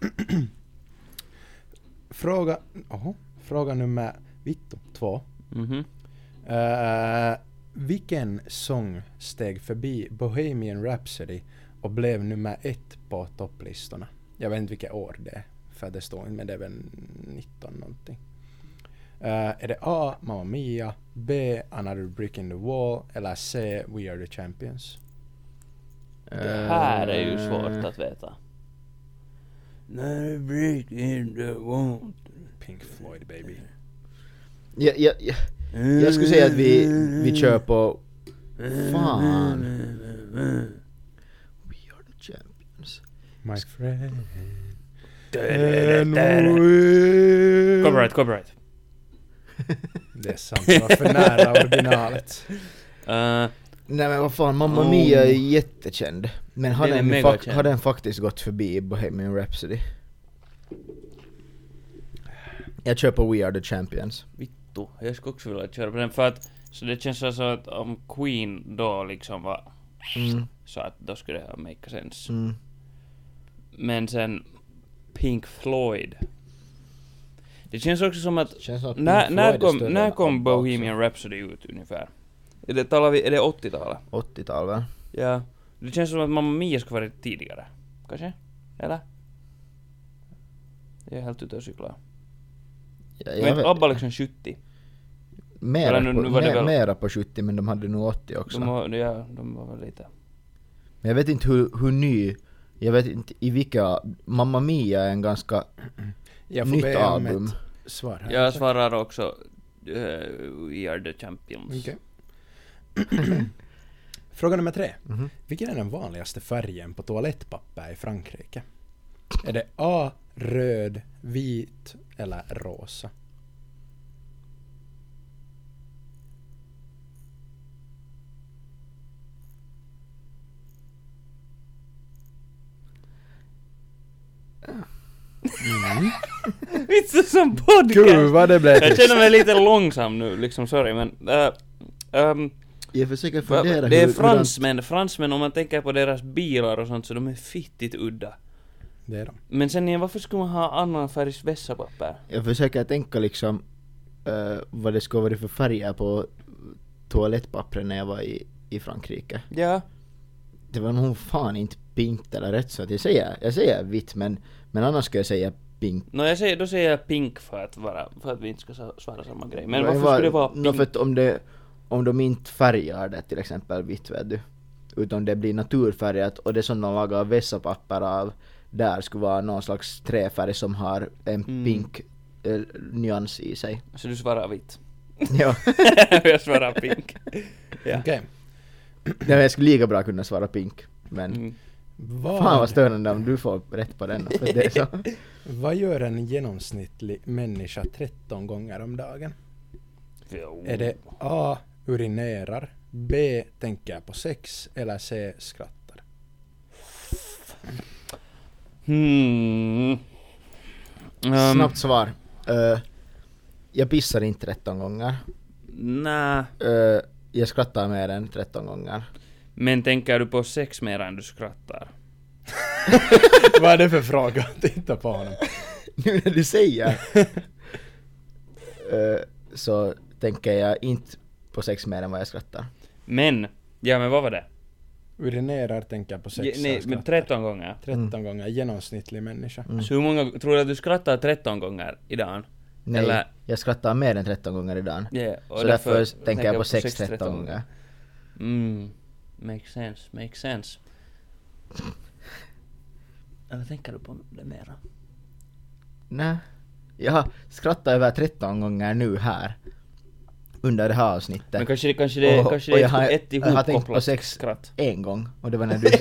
C: Fråga, oho, fråga nummer vittu, två.
B: Mhm.
C: Eh, vilken sång steg förbi Bohemian Rhapsody och blev nummer ett på topplistorna? Jag vet inte vilket år det är, för det står inte, men det är väl 19 någonting. Eh, är det A. Mamma Mia, B. Another Brick in the Wall eller C. We Are the Champions?
B: Det här är ju
A: Eh,
B: svårt att veta. När break in the wall.
C: Pink Floyd baby.
A: Jag, jag, jag, jag skulle säga att vi, vi kör på... Fan. We are the champions.
C: My friend.
B: Copyright, copyright.
C: Det är sant, det var för nära originalet.
B: Eh,
A: Nej men vad fan, Mamma
B: Oh.
A: Mia är jättekänd. Men har
B: Den är
A: den, ju
B: mega
A: fak-
B: känd.
A: har den faktiskt gått förbi Bohemian Rhapsody? Jag kör på We Are The Champions.
B: vittu, jag skulle också vilja köra på den för att så det känns alltså att om um, Queen då liksom var
A: Mm,
B: så att då skulle det ha make sense.
A: mm.
B: Men sen Pink Floyd. Det känns också som att
A: Känns som att
B: när,
A: Pink
B: när
A: Floyd är
B: kom,
A: större
B: när
A: än ABBA
B: kom
A: också.
B: Bohemian Rhapsody ut ungefär? Är det, talar vi, är det 80-talet?
A: 80-tal va?
B: Ja. Det känns som att Mamma Mia skulle varit tidigare. Kanske? Eller? Jag är helt ute och cyklar.
A: Jag, jag
B: Men
A: vet-
B: ABBA liksom 70.
A: Mera,
B: Eller nu-
A: på,
B: nu var det
A: me-
B: väl-
A: mera på 70 men de hade nog 80 också.
B: De var, ja, de var väl lite...
A: Men jag vet inte hur, hur ny, jag vet inte i vilka, Mamma Mia är en ganska
C: Jag får
A: nytt
C: be om
A: album.
C: ett svar här.
B: Jag svarar också... eh, we are the champions. <laughs>
C: Okej. <clears throat> Fråga nummer tre.
A: Mhm.
C: Vilken är den vanligaste färgen på toalettpapper i Frankrike? Är det A. Röd, vit eller rosa? Mm.
B: Vitsen som podcast!
C: Gud vad det blev
B: <laughs> Jag känner mig lite långsam nu, liksom sorry men... eh, ehm,
A: Jag försöker fundera
B: det är
A: hur- hurdan-
B: fransmän, fransmän om man tänker på deras bilar och sånt så de är fittigt udda.
C: Det är de.
B: Men sen igen, varför skulle man ha annan färgs vässapapper?
A: Jag försöker tänka liksom eh, vad det skulle vara för färger på toalettpappret när jag var i, i Frankrike.
B: Ja.
A: Det var nog fan inte pinkt eller rätt så att jag säger, jag säger vitt men, men annars skulle jag säga pink.
B: Nå jag säger, då säger jag pink för att, vara, för att vi inte ska sa- svara samma grej. Men
A: Det
B: varför
A: var-
B: skulle det vara
A: nå,
B: pink?
A: för att om, det, om de inte färgar det till exempel vitt vet du. Utan det blir naturfärgat och det som de lagar vässapapper av där skulle vara någon slags träfärg som har en
B: Mm.
A: pink eh, nyans i sig. <laughs>
B: Så du svarar vitt. <laughs>
A: ja.
B: jag svarar pink. Ja.
C: Okej.
A: Nej, men jag skulle lika bra kunna svara pink. Men
B: Mm.
A: fan vad
C: Vad,
A: störande om du får rätt på den. För det är <laughs> så.
C: vad gör en genomsnittlig människa 13 gånger om dagen?
B: Jo.
C: Är det A. Urinerar B. Tänker på sex eller C. Skrattar?
B: Hmm. Um,
A: Snabbt svar. Eh, jag pissar inte 13 gånger.
B: Nä.
A: Eh, jag skrattar mer än 13 gånger. <laughs>
B: Men tänker du på sex mer än du skrattar?
C: <laughs> vad är det för fråga? <laughs> Titta på honom.
A: Nu när du <laughs> säger. Eh, så tänker jag inte på sex mer än vad jag skrattar.
B: Men, ja men vad var det?
C: Urinerar, tänker på sex
B: Ja,
C: eller
B: nej, men
C: skrattar.
B: 13 gånger.
C: 13
A: Mm.
C: gånger genomsnittlig människa.
B: Så hur många, tror du att du skrattar 13 gånger i dagen?
A: Nej,
B: Eller-
A: jag skrattar mer än 13 gånger i dagen.
B: Ja, och
A: så därför, tänker jag på sex 13 gånger.
B: Mm, makes sense, makes sense. Eller tänker du på det mera?
A: Nej. Jag har skrattat över 13 gånger nu här. Under det här avsnittet.
B: Men kanske det, kanske det,
A: Och-
B: kanske
A: och
B: det
A: jag har-
B: är ett, ett
A: jag har tänkt på
B: ihopkopplat
A: sex.
B: skratt.
A: En gång, och det var
B: <laughs>
A: när du... <laughs>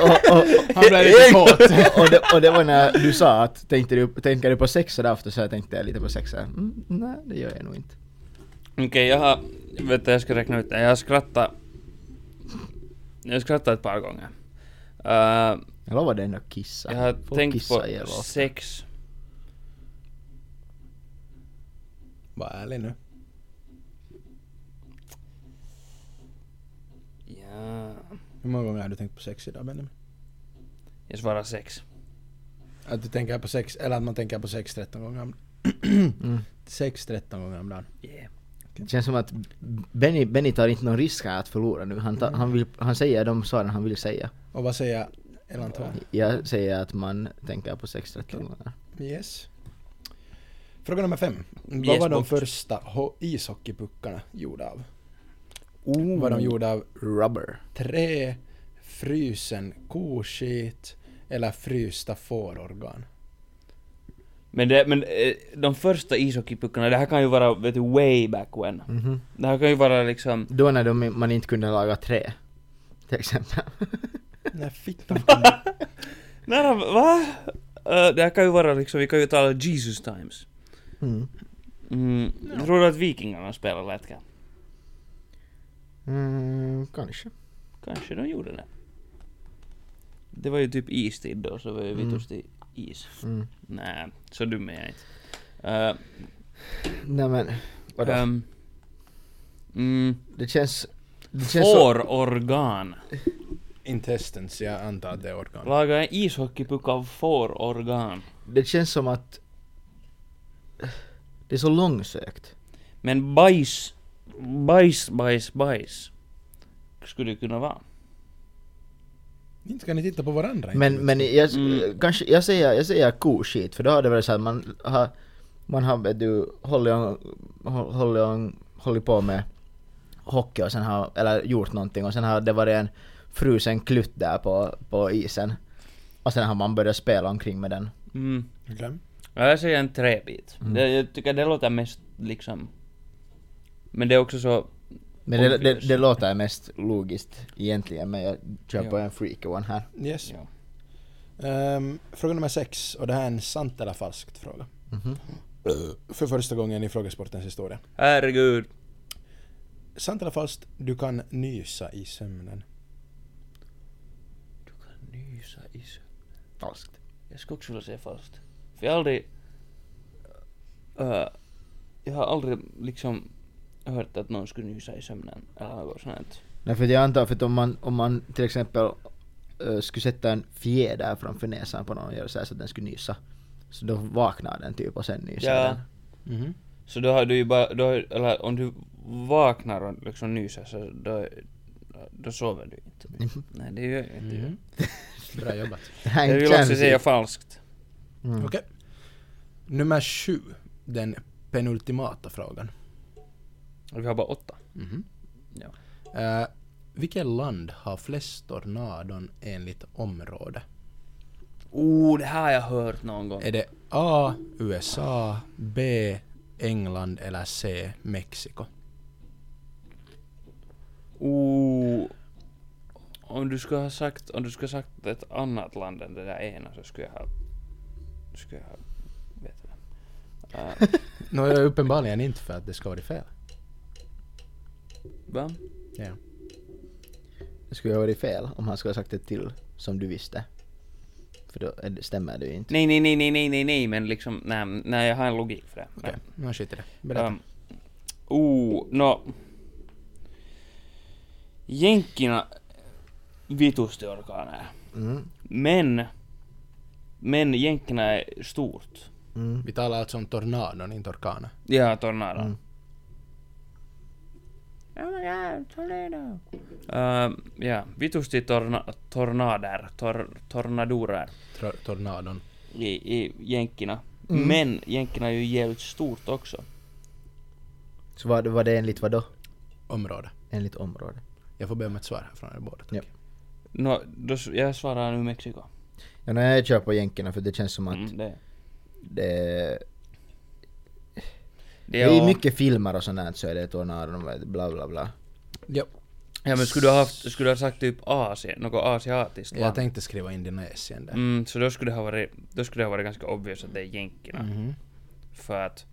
A: och, och,
C: Han blev lite kåt.
A: <laughs> och, och, det, och det var när du sa att tänkte du, tänker du på sex sådär ofta så jag tänkte jag lite på sex så här, mm, Nej, det gör jag nog inte.
B: Okej, jag har... Vet du, jag ska räkna ut det. Jag har skrattat... Jag har skrattat ett par gånger. Eh,
A: Jag lovar dig ändå att kissa.
B: jag har
A: Folk
B: tänkt
A: kissar
B: på
A: ihjäl ofta.
B: sex...
C: Var ärlig nu.
B: Ja...
C: Hur många gånger har du tänkt på sex idag Benjamin?
B: Jag svarar sex.
C: Att du tänker på sex, eller att man tänker på sex 13 gånger om <clears throat>
A: Mm.
C: Sex 13 gånger om dagen.
B: Yeah.
A: Det känns som att Benny, Benny tar inte någon risk här att förlora nu. Han, tar- han, vill, han säger de svaren han vill säga.
C: Och vad säger Elanton?
A: Jag säger att man tänker på sex 13 gånger.
C: Yes. Fråga nummer fem. Vad
B: Yes,
C: var de
B: box.
C: första ho- ishockeypuckarna gjorda av?
A: Oh.
C: Var de gjorda av
A: Rubber.
C: trä, frusen koskit eller frysta fårorgan?
B: Men, det, men eh, de första ishockeypuckarna, det här kan ju vara vet du, way back when.
A: Mhm.
B: Det här kan ju vara liksom...
A: Då när de, man inte kunde laga trä. Till exempel.
C: När fick de
B: Nej, de- va? Nou, Eh, det här kan ju vara liksom, vi kan ju tala Jesus times.
A: Mm.
B: Mm. Tror du att vikingarna spelade lätka?
A: Mm, kanske.
B: Kanske de gjorde det. Det var ju typ istid då, så var ju
A: Mm.
B: vitus till is.
A: Mm.
B: Nej, så dum är jag inte. Eh,
A: Nej men, vadå?
B: ehm, mm,
A: det känns... Det känns så...
B: fårorgan.
C: <laughs> Intestens, jag antar att det är organ.
B: Laga en ishockeypuck av fårorgan.
A: Det känns som att... Det är så långsökt.
B: Men bajs, bajs, bajs, bajs. Skulle det kunna vara.
C: Inte ska ni titta på varandra. inte
A: Men,
C: vet
A: men
C: jag.
A: jag,
B: Mm.
A: kanske, jag säger, jag säger koskit, för då har det varit såhär man har... Man har vet du, hållit, on, håll- hållit, on, hållit på med hockey och sen har, eller gjort någonting och sen har det varit en frusen klutt där på, på isen. Och sen har man börjat spela omkring med den.
B: Mm.
C: Glöm.
B: Ja, jag säger en träbit.
A: Mm.
B: Det, jag tycker det låter mest liksom... Men det är också så...
A: Men det, det,
B: Obvious.
A: det låter mest logiskt egentligen, men jag kör på
B: Ja.
A: en freak one här.
C: Yes.
B: Ja.
C: Ehm, fråga nummer sex, och det här är en sant eller falskt fråga.
A: Mhm.
B: Eh.
C: För första gången i frågesportens historia.
B: Herregud.
C: Sant eller falskt, du kan nysa i sömnen.
B: Du kan nysa i sö-
A: Falskt.
B: Jag skulle också vilja säga falskt. För jag har aldrig... Äh, jag har aldrig liksom hört att någon skulle nysa i sömnen eller något sånt. här.
A: Nej för jag antar för att om man, om man till exempel eh, skulle sätta en fjäder framför näsan på någon och göra så, här så att den skulle nysa. Så då vaknar den typ och sen nyser
B: Ja.
A: den.
C: Mhm.
B: Så då har du ju bara... Då, har- eller om du vaknar och liksom nyser så då, då sover du inte. Nej, det gör jag inte.
C: Mhm. Bra jobbat.
A: Det här är
B: Jag
A: en
B: vill också
A: chans.
B: säga falskt.
A: Mm.
C: Okej. Nummer sju. Den penultimata frågan.
B: Och vi har bara åtta.
C: Mhm.
B: Ja.
C: Eh, vilket land har flest tornadon enligt område?
B: Oh, det här har jag hört någon gång.
C: Är det A. USA, B. England eller C. Mexiko?
B: Oh. Om du skulle ha sagt, om du skulle ha sagt ett annat land än det där ena så skulle jag ha... Skulle jag ha... Vet <laughs> du. Uh,
C: Nå, jag är uppenbarligen inte för att det ska vara fel.
B: va?
C: Ja.
A: Det skulle ha varit fel om han skulle ha sagt det till som du visste. För då är det- stämmer det ju inte.
B: Nej, nej, nej, nej, nej, nej, nej, men liksom, nej, nej, jag har en logik för det.
C: Okej,
B: Men,
C: nu skit i det. Berätta.
B: ehm, oh, no. Jenkkinä vitusti orkaaneja.
A: Mm.
B: Men, men jenkkinä är stort.
A: Mm.
C: Vi talar alltså om tornadon, inte orkanen.
B: Ja, tornado.
A: Mm.
B: Oh my god, tornado. Ehm, ja, vitusti torna- tornader, tor- tornadorer
C: Tro- tornadon.
B: i, i jänkkina. Men jänkkina är ju jävligt stort också.
A: Så var, var det enligt vad då?
C: Område.
A: Enligt område?
C: Jag får be om ett svar här från er båda. tack.
A: Ja.
B: No, då, s- jag svarar nu Mexiko.
A: Ja, nej, jag kör på jänkarna för det känns som att
B: Mm, det.
A: det...
B: Det
A: Det
B: är
A: är
B: ju-
A: mycket filmer och sånt där så är det tornadon och bla bla bla.
C: Ja.
B: Ja men skulle du ha haft, skulle du ha sagt typ Asien, något asiatiskt
C: Jag
B: land?
C: tänkte skriva Indonesien där.
B: Mm, så då skulle det ha varit, då skulle det ha varit ganska obvious att det är jänkkina.
C: Mhm.
B: För att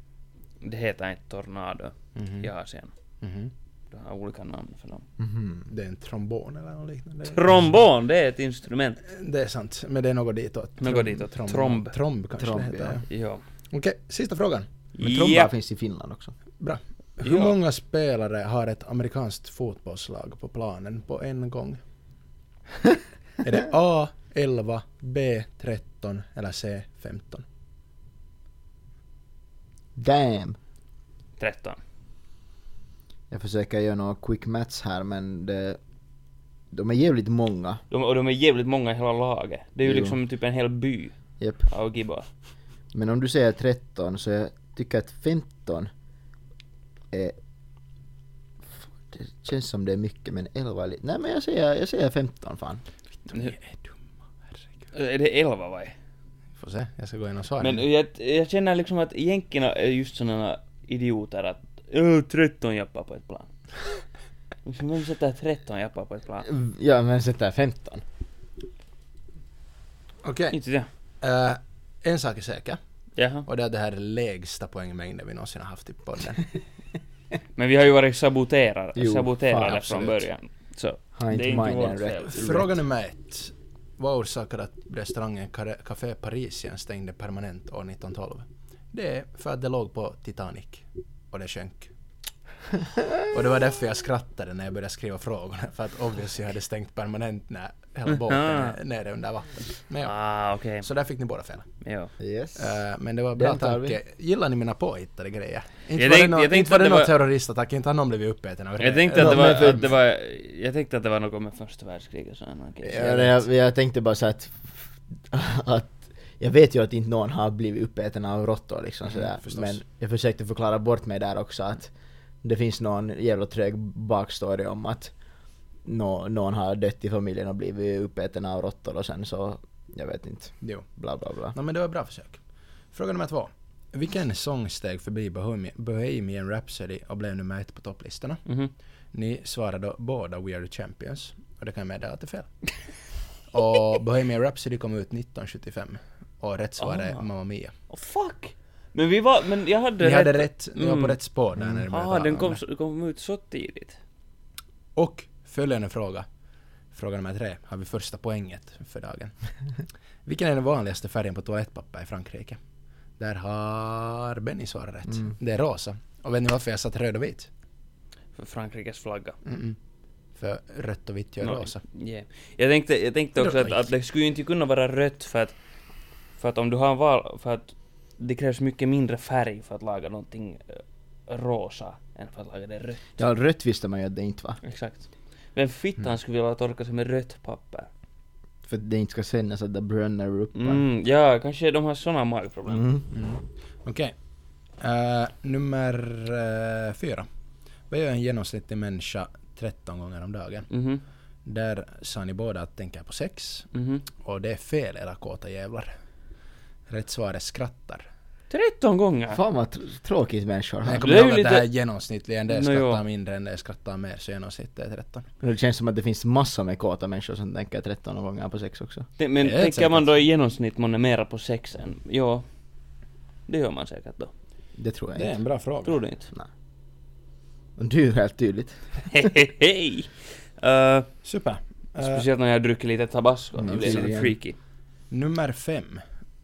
B: det heter inte tornado
C: Mhm.
B: i Asien.
C: Mhm.
B: De har olika namn för dem.
A: Mhm.
C: Det är en trombon eller något liknande.
B: Trombon, det är ett instrument.
C: Det är sant, men det är något ditåt.
B: Något
C: Trom-
B: ditåt.
C: Tromb.
B: Tromb.
C: Tromb kanske
A: Tromb,
C: det heter.
A: ja.
B: Ja.
C: Okej, sista frågan.
A: Men trombar
B: Japp.
A: finns i Finland också.
C: Bra. Hur
B: Ja.
C: många spelare har ett amerikanskt fotbollslag på planen på en <laughs> gång? är det A 11, B 13 eller C 15?
A: Damn!
B: 13.
A: Jag försöker göra några quick maths här men det... De är jävligt många.
B: De, och de är jävligt många i hela laget. Det är ju
A: Jo.
B: liksom typ en hel by
A: Japp.
B: av gibbar.
A: Men om du säger 13 så jag tycker att 15 är... F- Det känns som det är mycket men 11 är lite... Nej men jag säger, jag säger 15 fan.
B: Nu- Är det 11 vad är?
C: Får se, jag ska gå igenom svaren.
B: Men eh, jag, jag känner liksom att jänkkina är just sådana idioter att "Öh, 13 jappar på ett plan. Liksom, Vem sätter 13 jappar på ett plan?
A: Ja men sätt där 15.
C: Okej,
B: Inte det.
C: eh, en sak är säker
B: Jaha.
C: och det är att det här är lägsta poängmängden vi någonsin har haft i podden.
B: Men vi har ju varit saboterade,
A: Jo,
B: saboterade
A: fan,
B: från
A: absolut.
B: början. Så.
A: Har inte
B: Det är inte
A: mind
B: vårt
A: än
B: fel.
A: rätt.
C: Fråga nummer ett. Vad orsakade att restaurangen Care- Café Parisien stängde permanent år 1912? Det är för att det låg på Titanic och
B: <laughs>
C: det sjönk. Och det var därför jag skrattade när jag började skriva frågorna för att obviously hade stängt permanent när hela båten är nere under vatten. Men ja,
B: Ah, okej.
C: så där fick ni båda fel.
B: Ja.
A: Yes.
C: Eh, men det var bra
A: Den tar vi.
C: tanke. Gillar ni mina påhittade grejer? Inte
B: Jag
C: var det
B: tänkte- jag
C: nå-
B: tänkte
C: inte var
B: att
C: det
B: det
C: någon
B: var-
C: terroristattack, inte har någon blivit uppäten av
B: Jag tänkte att det
A: Ja, men
B: var,
A: för-
B: att det var, jag tänkte att det var något med första världskriget så här, men okej.
A: Ja, det- jag, jag tänkte bara så att, <laughs> att jag vet ju att inte någon har blivit uppäten av råttor liksom
C: Mhm,
A: sådär.
C: förstås.
A: Men jag försökte förklara bort mig där också att det finns någon jävla trög bakstory om att nå, någon har dött i familjen och blivit uppäten av råttor och sen så, jag vet inte,
C: Jo.
A: bla bla bla.
C: Ja, men det var ett bra försök. Fråga nummer två. Vilken sång steg förbi Bohemi- Bohemian Rhapsody och blev nummer ett på topplistorna?
B: Mhm.
C: Ni svarade då båda We Are The Champions. Och det kan jag meddela att det
B: <laughs>
C: är fel. och Bohemian Rhapsody kom ut 1975. Och rätt svar är
B: Ah.
C: Mamma Mia.
B: Oh, fuck! Men vi var, men jag hade
C: Ni
B: rätt.
C: hade rätt, ni var på
B: Mm.
C: rätt spår där när ni började
B: Ah,
C: tala
B: den
C: om
B: kom,
C: det.
B: så- kom ut så tidigt.
C: Och följande fråga. Fråga nummer tre har vi första poänget för dagen. Vilken är den vanligaste färgen på toalettpapper i Frankrike? Där har Benny svarat rätt.
A: Mm.
C: Det är rosa. Och vet ni varför jag satt röd och vit?
B: För Frankrikes flagga.
C: Mm-mm. För rött och vitt gör
B: Nå,
C: rosa.
B: yeah. Jag tänkte, jag tänkte också att, att det skulle ju inte kunna vara rött för att, för att om du har en val, för att det krävs mycket mindre färg för att laga någonting eh, rosa än för att laga det rött.
A: Ja, rött visste man ju att det inte var.
B: Exakt. Vem fittan skulle vilja torka sig med rött papper?
A: För att det inte ska synas att det bränner upp.
B: Mm, ja, kanske de har såna magproblem.
A: Mm.
C: Okej. Eh, nummer eh, fyra. Vad gör en genomsnittlig människa 13 gånger om dagen?
B: Mhm.
C: Där sa ni båda att tänka på sex.
B: Mhm.
C: Och det är fel era kåta jävlar. Rätt svar är skrattar.
B: 13 gånger!
A: Fan vad tr- tråkigt människor
C: Men jag
A: har.
B: kom-
C: kommer
B: Det är
C: ihåg att
B: ju
C: det här
B: lite-
C: genomsnittligen, en del
B: Nå,
C: skrattar
B: jo.
C: mindre, en del skrattar mer, så genomsnittet är 13.
A: Det känns som att det finns massor med kåta människor som tänker 13 gånger på sex också.
B: Det- Men
C: Det är
B: tänker
C: säkert.
B: man då i genomsnitt månne mera på sex än... Ja. Det gör man säkert då.
A: Det tror jag
C: Det är
A: inte.
C: en bra fråga.
B: Tror du inte?
A: Och Det är ju helt tydligt.
B: Hej! Eh,
C: Super. Eh,
B: speciellt när jag dricker lite tabasco,
A: Mm,
B: det blir lite
A: tydligen.
B: freaky.
C: nummer fem.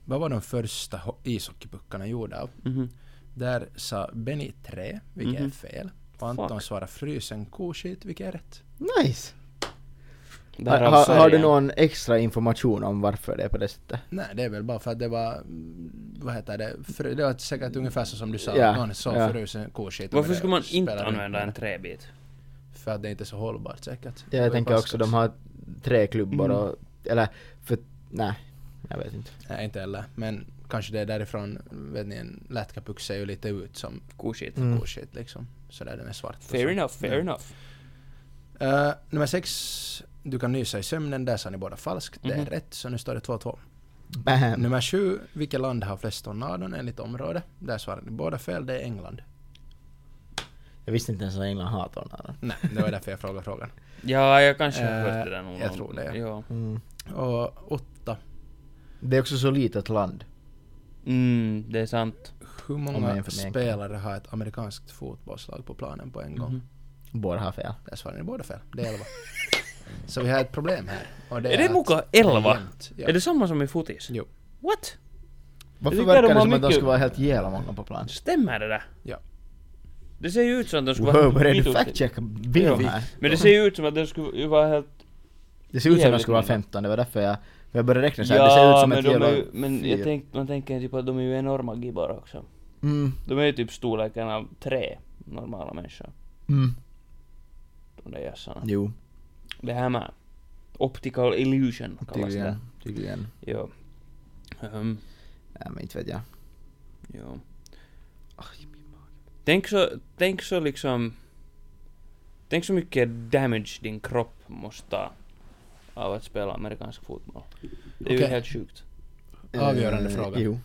C: Vad var de första ho- ishockeypuckarna gjorda av?
B: Mhm.
C: Där sa Benny tre, vilket är
B: Mhm.
C: fel. Och Anton
B: Fuck.
C: svarade frusen koskit, vilket är rätt.
A: Nice! Har,
B: Därav
A: har, har du
B: färgen.
A: någon extra information om varför det är på det sättet?
C: Nej, det är väl bara för att det var... mm, Vad heter det? Fr- Det var säkert ungefär så som du sa,
A: Ja,
C: att någon sa
A: ja.
C: frusen koskit.
B: Varför
C: men
B: ska
C: det
B: man
C: spelar
B: inte
C: ingen
B: använda
C: roll.
B: en träbit?
C: För att det inte är så hållbart säkert.
A: Ja, jag tänker också, de har tre klubbor och...
B: Mm.
A: Eller, för... Nej. Jag vet inte.
C: Nej, inte heller. Men kanske det är därifrån, vet ni, en lätkapuck ser ju lite ut som
B: Koshit.
A: Mm.
C: koskit liksom. Så där den är svart. och
B: Fair
C: så.
B: enough, fair
C: Ja.
B: enough.
C: Eh, nummer sex. Du kan nysa i sömnen, där sa ni båda falskt. Det är
B: Mhm.
C: rätt, så nu står det 2-2.
B: Mm.
A: Bam!
C: Nummer sju. Vilket land har flest tornadon enligt område? Där svarade ni båda fel, det är England.
A: Jag visste inte ens att England har tornadon.
C: Nej, det var därför jag
B: <laughs>
C: frågade frågan.
B: Ja, jag kanske har
C: Eh,
B: hört det där någon
C: jag tror det, ja.
B: Ja.
A: Mm.
C: Och åtta.
A: Det är också så litet land.
B: Mm, det är sant.
C: Hur
A: Om jag
C: många
A: jämför med England.
C: spelare har ett amerikanskt fotbollslag på planen på en gång?
B: Mhm.
A: Båda har fel.
C: Där svarade ni båda fel. Det
B: <laughs>
C: är elva. Så vi har ett problem här. Och
B: Är det
C: att
B: Moka
C: är
B: elva?
C: jämnt. Ja.
B: Är det samma som i fotis?
C: Jo.
B: What?
A: Varför
B: tycker
A: verkar
B: de
A: det
B: har
A: som att de
B: mycket-
A: skulle vara helt jävla många på plan?
B: Stämmer det där?
C: Ja.
B: Det ser ju ut som att de skulle
A: Wow, börjar du
B: mitt upp-
A: factchecka Bill här?
B: Men det ser ju ut som att de skulle ju vara helt...
A: Det ser ut som att de
B: jävligt
A: skulle vara
B: många.
A: 15, det var därför jag... Jag började räkna såhär, det ser ut som
B: men,
A: ett
B: de
A: jävla...
B: är ju, men
A: fyr.
B: jag tänk, man tänker typ att de är ju enorma gibbar också.
A: Mm,
B: De är ju typ storleken av tre normala människor.
A: mm,
B: De där jassarna.
A: jo.
B: Det här med optical illusion kallas det.
A: Tydligen. Tydligen.
B: Jo. Ehm,
A: Nej men inte vet jag.
B: jo. Ah, Tänk så, tänk så liksom... Tänk så mycket damage din kropp måste ta av att spela amerikansk fotboll. Det är ju
C: Okej.
B: helt sjukt.
C: Avgörande
A: Eh,
C: fråga.
A: Jo.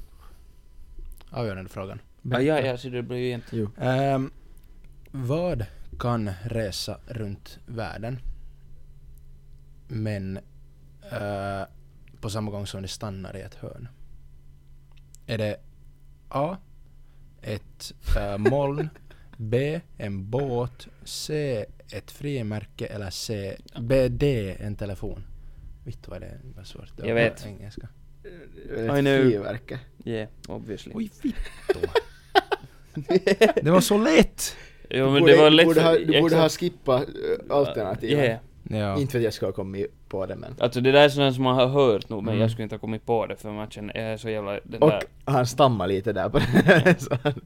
C: Avgörande frågan.
B: Ja, ja, ja, så det blir ju jämnt.
A: Jo.
C: Ehm, vad kan resa runt världen men eh, på samma gång som det stannar i ett hörn? Är det A. Ett eh, moln B. En båt C. Ett frimärke eller C. B. D. En telefon. Vitt vad det var svårt. Det var
B: Jag
C: på
B: vet.
C: Engelska.
A: Ett
B: I know.
A: fyrverke.
B: Yeah, obviously.
C: Oj
A: <laughs>
C: vittu. det var så lätt!
B: Jo,
A: Du
B: men
A: borde-
B: det var
A: du
B: lätt
A: borde
B: för-
A: ha, Du borde ha
B: exakt.
A: skippat äh, alternativen.
B: Yeah.
C: Ja.
A: Inte för att jag skulle ha kommit på det men.
B: Alltså det där är sånt som man har hört nog, men
A: Mm.
B: jag skulle inte ha kommit på det för matchen är så jävla... Den
A: Och
B: där,
A: han stammar lite där på <laughs> det. Så han-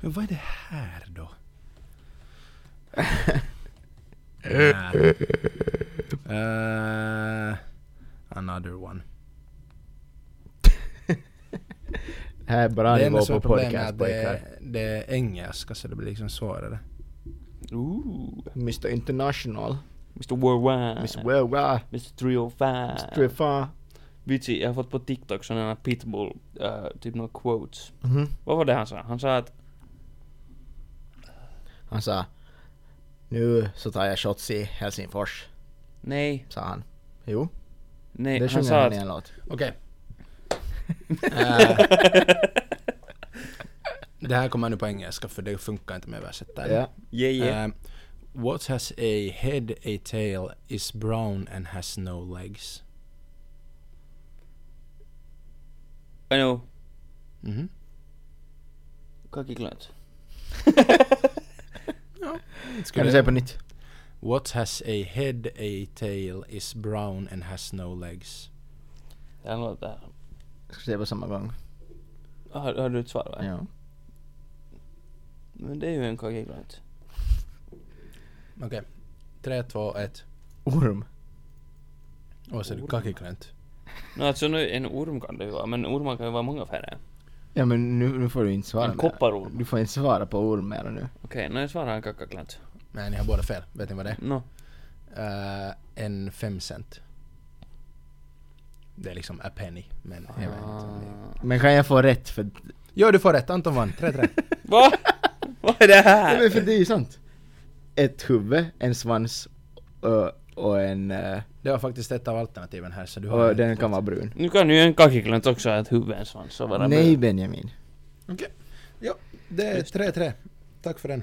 C: Men vad är det här då?
A: <laughs>
C: Nej. Eh, another one.
A: Det här är bra
C: det enda
A: nivå
C: som är
A: på
C: problemet
A: podcast
C: är att det
A: pojkar.
C: är, det är engelska så det blir liksom svårare.
B: ooh,
A: Mr International.
B: Mr Worldwide.
A: Mr Worldwide.
B: Mr 305.
A: Mr Triffa.
B: Vitsi, jag har fått på TikTok sådana här pitbull, eh, typ några quotes.
A: Mhm.
B: Vad var det han sa? Han sa att
A: Han sa Nu så tar jag shots i Helsingfors,
B: nej,
A: sa han. Jo,
B: nej,
A: det
B: han
A: sjunger
B: sa
A: han
B: att...
A: i en låt.
C: Okej.
A: <laughs>
C: Eh, det här kommer nu på engelska för det funkar inte med översättare.
A: Ja.
B: Yeah, yeah.
C: Eh, what has a head, a tail, is brown and has no legs.
B: I know.
C: Mhm.
A: <laughs>
B: Kakiklönt.
A: Kan du säga på nytt?
C: What has a head, a tail, is brown and has no legs.
B: Det här låter...
A: Jag ska säga på samma gång.
B: Har, har du ett svar va?
A: Ja.
B: Men det är ju en kakiklönt.
C: Okej. Tre, två, ett.
A: Orm.
C: Och så är det kakiklönt.
B: Nå alltså nu, en orm kan det ju vara, men ormar kan ju vara många färger.
A: Ja men nu, nu får du inte svara
B: En
A: mer.
B: kopparorm.
A: Du får inte svara på orm mer nu.
B: Okej, nu svarar han kakaklönt. No.
C: Nej, ni har båda fel. Vet ni vad det är?
B: Nå,
C: Eh, än 5 cent. Det är liksom a penny, men jag vet inte.
B: Ah.
A: Men kan jag få rätt för...
C: Jo, du får rätt. Anton vann. 3-3.
B: Va? Vad är det
A: <laughs> Nej
B: här?
A: men för det är ju sant! Ett huvud, en svans ö, och en... ö,
C: Det var faktiskt ett av alternativen här, så du har
A: Och
C: rätt.
A: den kan vara brun.
B: Nu kan ju en kakiklant också ha ett huvud, en svans och vara
A: Nej
B: brun.
A: Benjamin!
C: Okej. Ja, det är 3-3. Tack för den.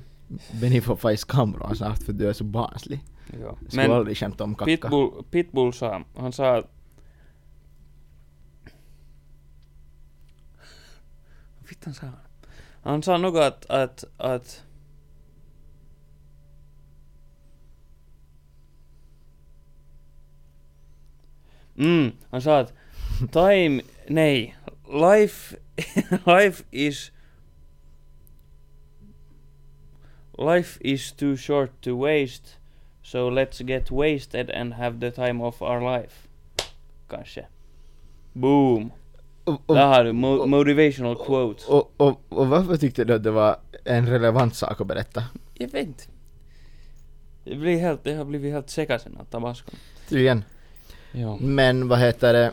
A: Benny får faktiskt kameran snart för du är så barnslig.
B: Ja.
A: Jag skulle
B: Men
A: aldrig skämta om kacka.
B: Pitbull, Pitbull sa, han sa att Vad fittan sa han? Han sa nog att, att, att Mm, han sa att time, nej, life, life is Life is too short to waste, so let's get wasted and have the time of our life. Kanske. Boom!
A: Och, och,
B: Där har du mo- motivational quotes.
A: och, och, och varför tyckte du att det var en relevant sak att berätta?
B: Jag vet inte. Det, blir helt, det har blivit helt sekasen av tabascon.
A: Tydligen.
B: Ja.
A: Men vad heter det?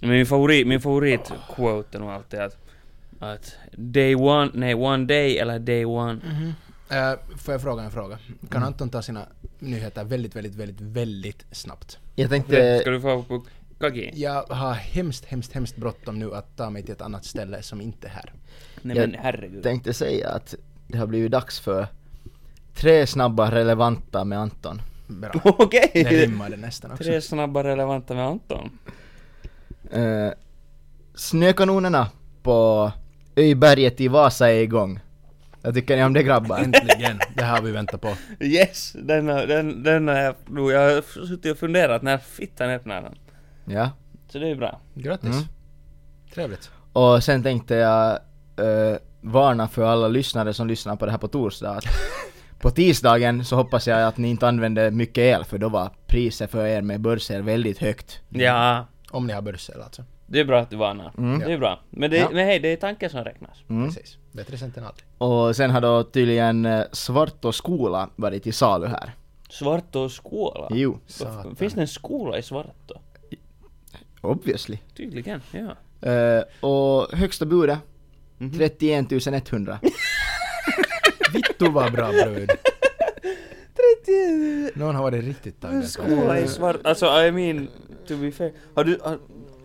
B: Min favorit, min favorit quote är nog alltid att, att day one, nej one day eller day one.
C: Eh, får jag fråga en fråga? Kan Anton ta sina nyheter väldigt, väldigt, väldigt, väldigt snabbt?
A: Jag
B: Det,
A: tänkte...
B: ska du få på kaki?
C: Jag har hemskt, hemskt, hemskt bråttom nu att ta mig till ett annat ställe som inte är här.
B: Nej
A: Jag
B: men herregud.
A: tänkte säga att det har blivit dags för tre snabba relevanta med Anton.
C: Bra.
B: <laughs> Okej!
C: Det rimmade nästan också.
B: Tre snabba relevanta med Anton.
A: Eh, snökanonerna på Öjberget i Vasa är igång. Jag tycker ni om det
C: <laughs>
A: grabbar?
C: Äntligen! Det här har vi väntat på.
B: Yes! Den har, den, den har jag, nog- jag har suttit och funderat när fittan öppnar den.
A: Ja.
B: Så det är bra.
C: Grattis.
A: Mm.
C: Trevligt.
A: Och sen tänkte jag eh, varna för alla lyssnare som lyssnar på det här på torsdag att på tisdagen så hoppas jag att ni inte använder mycket el för då var priset för er med börser väldigt högt.
B: Ja,
C: Om ni har börsel alltså.
B: det är bra att du varnar. Det är bra. Men, det,
A: Ja.
B: men hej, det är tanken som räknas.
C: Precis. Bättre sent än aldrig.
A: Mm. Och sen har då tydligen eh, Svartå skola varit i salu här.
B: Svartå skola?
A: Jo,
C: Satan.
B: Finns det en skola i Svartå?
A: obviously.
B: Tydligen, ja.
A: Eh, och högsta budet 31 100.
C: Vittu vad bra brud! Någon har varit riktigt taggad.
B: Skola i Svartå? Alltså, I mean, to be fair. Har du... Har,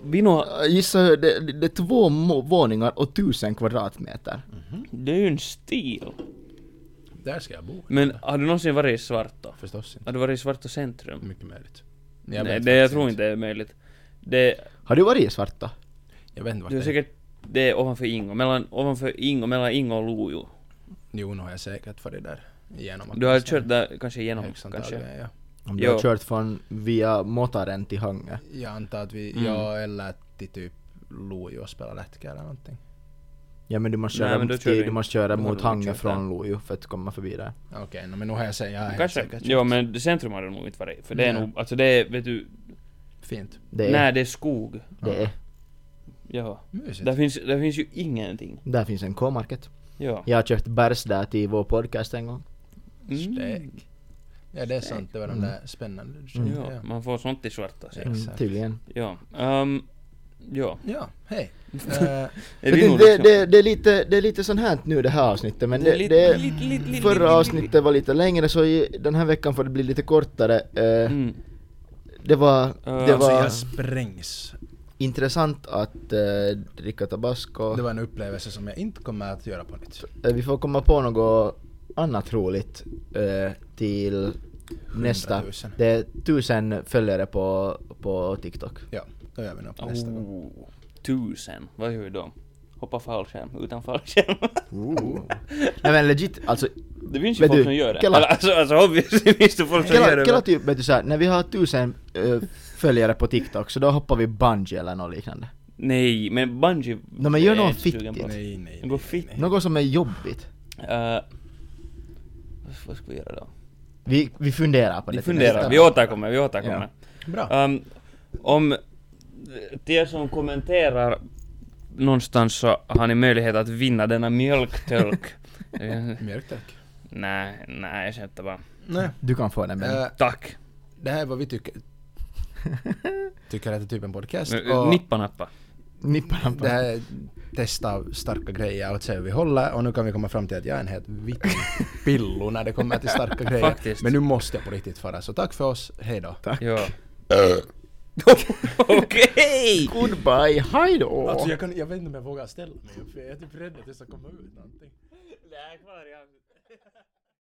B: Bino,
A: Jag Gissar Eh, hur det, det, det är två må- våningar och 1000 kvadratmeter.
B: det är ju en stil.
C: Mm-hmm. Där ska jag bo.
B: Men har du någonsin varit i Svartå?
C: Förstås inte.
B: Har du varit i Svartå centrum?
C: Mycket möjligt.
B: Nej,
C: Mm. vet
B: det jag
C: faktiskt
B: tror inte det är möjligt. Det,
A: Har du varit i Svartå?
C: Jag vet inte vart
B: Du
C: det
B: är
C: är.
B: säkert... Det är ovanför Ingo, mellan, ovanför Ingo, mellan Ingo och Lojo.
C: Jo, nu har jag säkert varit där. Igenom.
B: Du har kört där kanske igenom,
C: Högst
B: kanske?
C: antagligen, ja.
A: Om du har
B: Jo.
A: kört från via Motaren till Hangö.
C: Jag antar att
B: Mm.
C: vi, ja eller till typ Lojo och spela lättka eller någonting.
A: Ja men du måste
B: Nej,
A: köra,
B: men då
A: mot-
B: kör vi
A: du
B: in.
A: måste köra
B: Då har
A: mot
B: du nog
A: Hangö
B: kört
A: från Lojo för att komma förbi där.
C: Okej, nå, men nu har jag sagt, jag har
B: Kanske?
C: säkert
B: Jo
C: kört.
B: men det centrum har du nog inte varit i, för det är
C: Nej.
B: nog, alltså det är, vet du,
C: Fint.
A: Det är,
B: nej det är skog.
A: det är.
B: Ja.
C: Mysigt.
B: Där finns, där finns ju ingenting.
A: Där finns en K-market.
B: Ja.
A: Jag har köpt bärs där till vår podcast en gång.
B: Mm.
C: Stek. Ja, det är sant. Det var de där spännande du köpte.
B: Ja,
C: Ja.
B: man får sånt i svarta sig.
C: Mm.
A: Mm, tydligen.
B: Ja. Um, ja.
C: ja,
B: <laughs>
C: hej. Eh,
B: Är
A: Men
B: vi nog
A: Det, det,
B: liksom-
A: det, det, är lite, det är lite sånt här nu det här avsnittet men
B: Det är
A: det,
B: lite-
A: det,
B: lite- lite- lite- lite-
A: förra avsnittet var lite längre så i, den här veckan får det bli lite kortare. Eh,
B: Mm.
A: Det var, det
B: alltså,
C: så
A: var
C: jag sprängs.
A: intressant att eh, dricka tabasco.
C: Det var en upplevelse som jag inte kommer att göra på nytt.
A: Eh, Vi får komma på något annat roligt eh, till nästa.
C: 100 000.
A: Det är tusen följare på, på TikTok.
C: Ja, då gör vi nog på nästa gång.
B: Oh, tusen. Vad gör vi då? Hoppa fallskärm utan fallskärm. <laughs>
A: Nej men legit,
C: <laughs>
A: alltså
B: Det finns ju
A: Men
B: folk
A: du,
B: som gör det.
A: Kela.
B: Eller, Alltså, alltså obviously finns det folk som gör
A: Kela,
B: det.
A: kela
B: men-
A: typ vet du såhär, när vi har tusen eh, följare på TikTok så då hoppar vi bungee eller något liknande.
B: Nej, men bungee...
A: Nej, men gör
B: är jag
A: något
B: inte sugen på.
A: fittigt.
C: Nej, nej,
B: Det går
C: nej.
B: fint.
A: Något som är jobbigt.
B: Eh, vad ska vi göra då?
A: Vi, vi funderar på det
B: Vi
A: till
B: funderar,
A: nästa
B: vi
A: gång.
B: återkommer, vi återkommer.
C: Bra.
B: Ehm, om de som kommenterar någonstans så har ni möjlighet att vinna denna mjölktölk. Eh,
C: Mjölktölk.
B: nej, nej jag skämtar bara.
C: Nej.
A: Du kan få den men
C: Eh,
B: Tack!
C: det här är vad vi tycker, Tycker att det är typ en podcast.
B: Men, Nippa nappa.
A: Nippan
C: det här är testa starka grejer och se hur vi håller och nu kan vi komma fram till att jag är en helt vittig pillo när det kommer till <laughs> starka grejer.
B: Faktiskt.
C: Men nu måste jag på riktigt fara, så tack för oss, hejdå.
B: Ja. <laughs> Okej!
A: Goodbye, hejdå!
C: Alltså, jag, kan, jag vet inte om jag vågar ställa mig upp, jag är typ rädd att det ska komma ut någonting.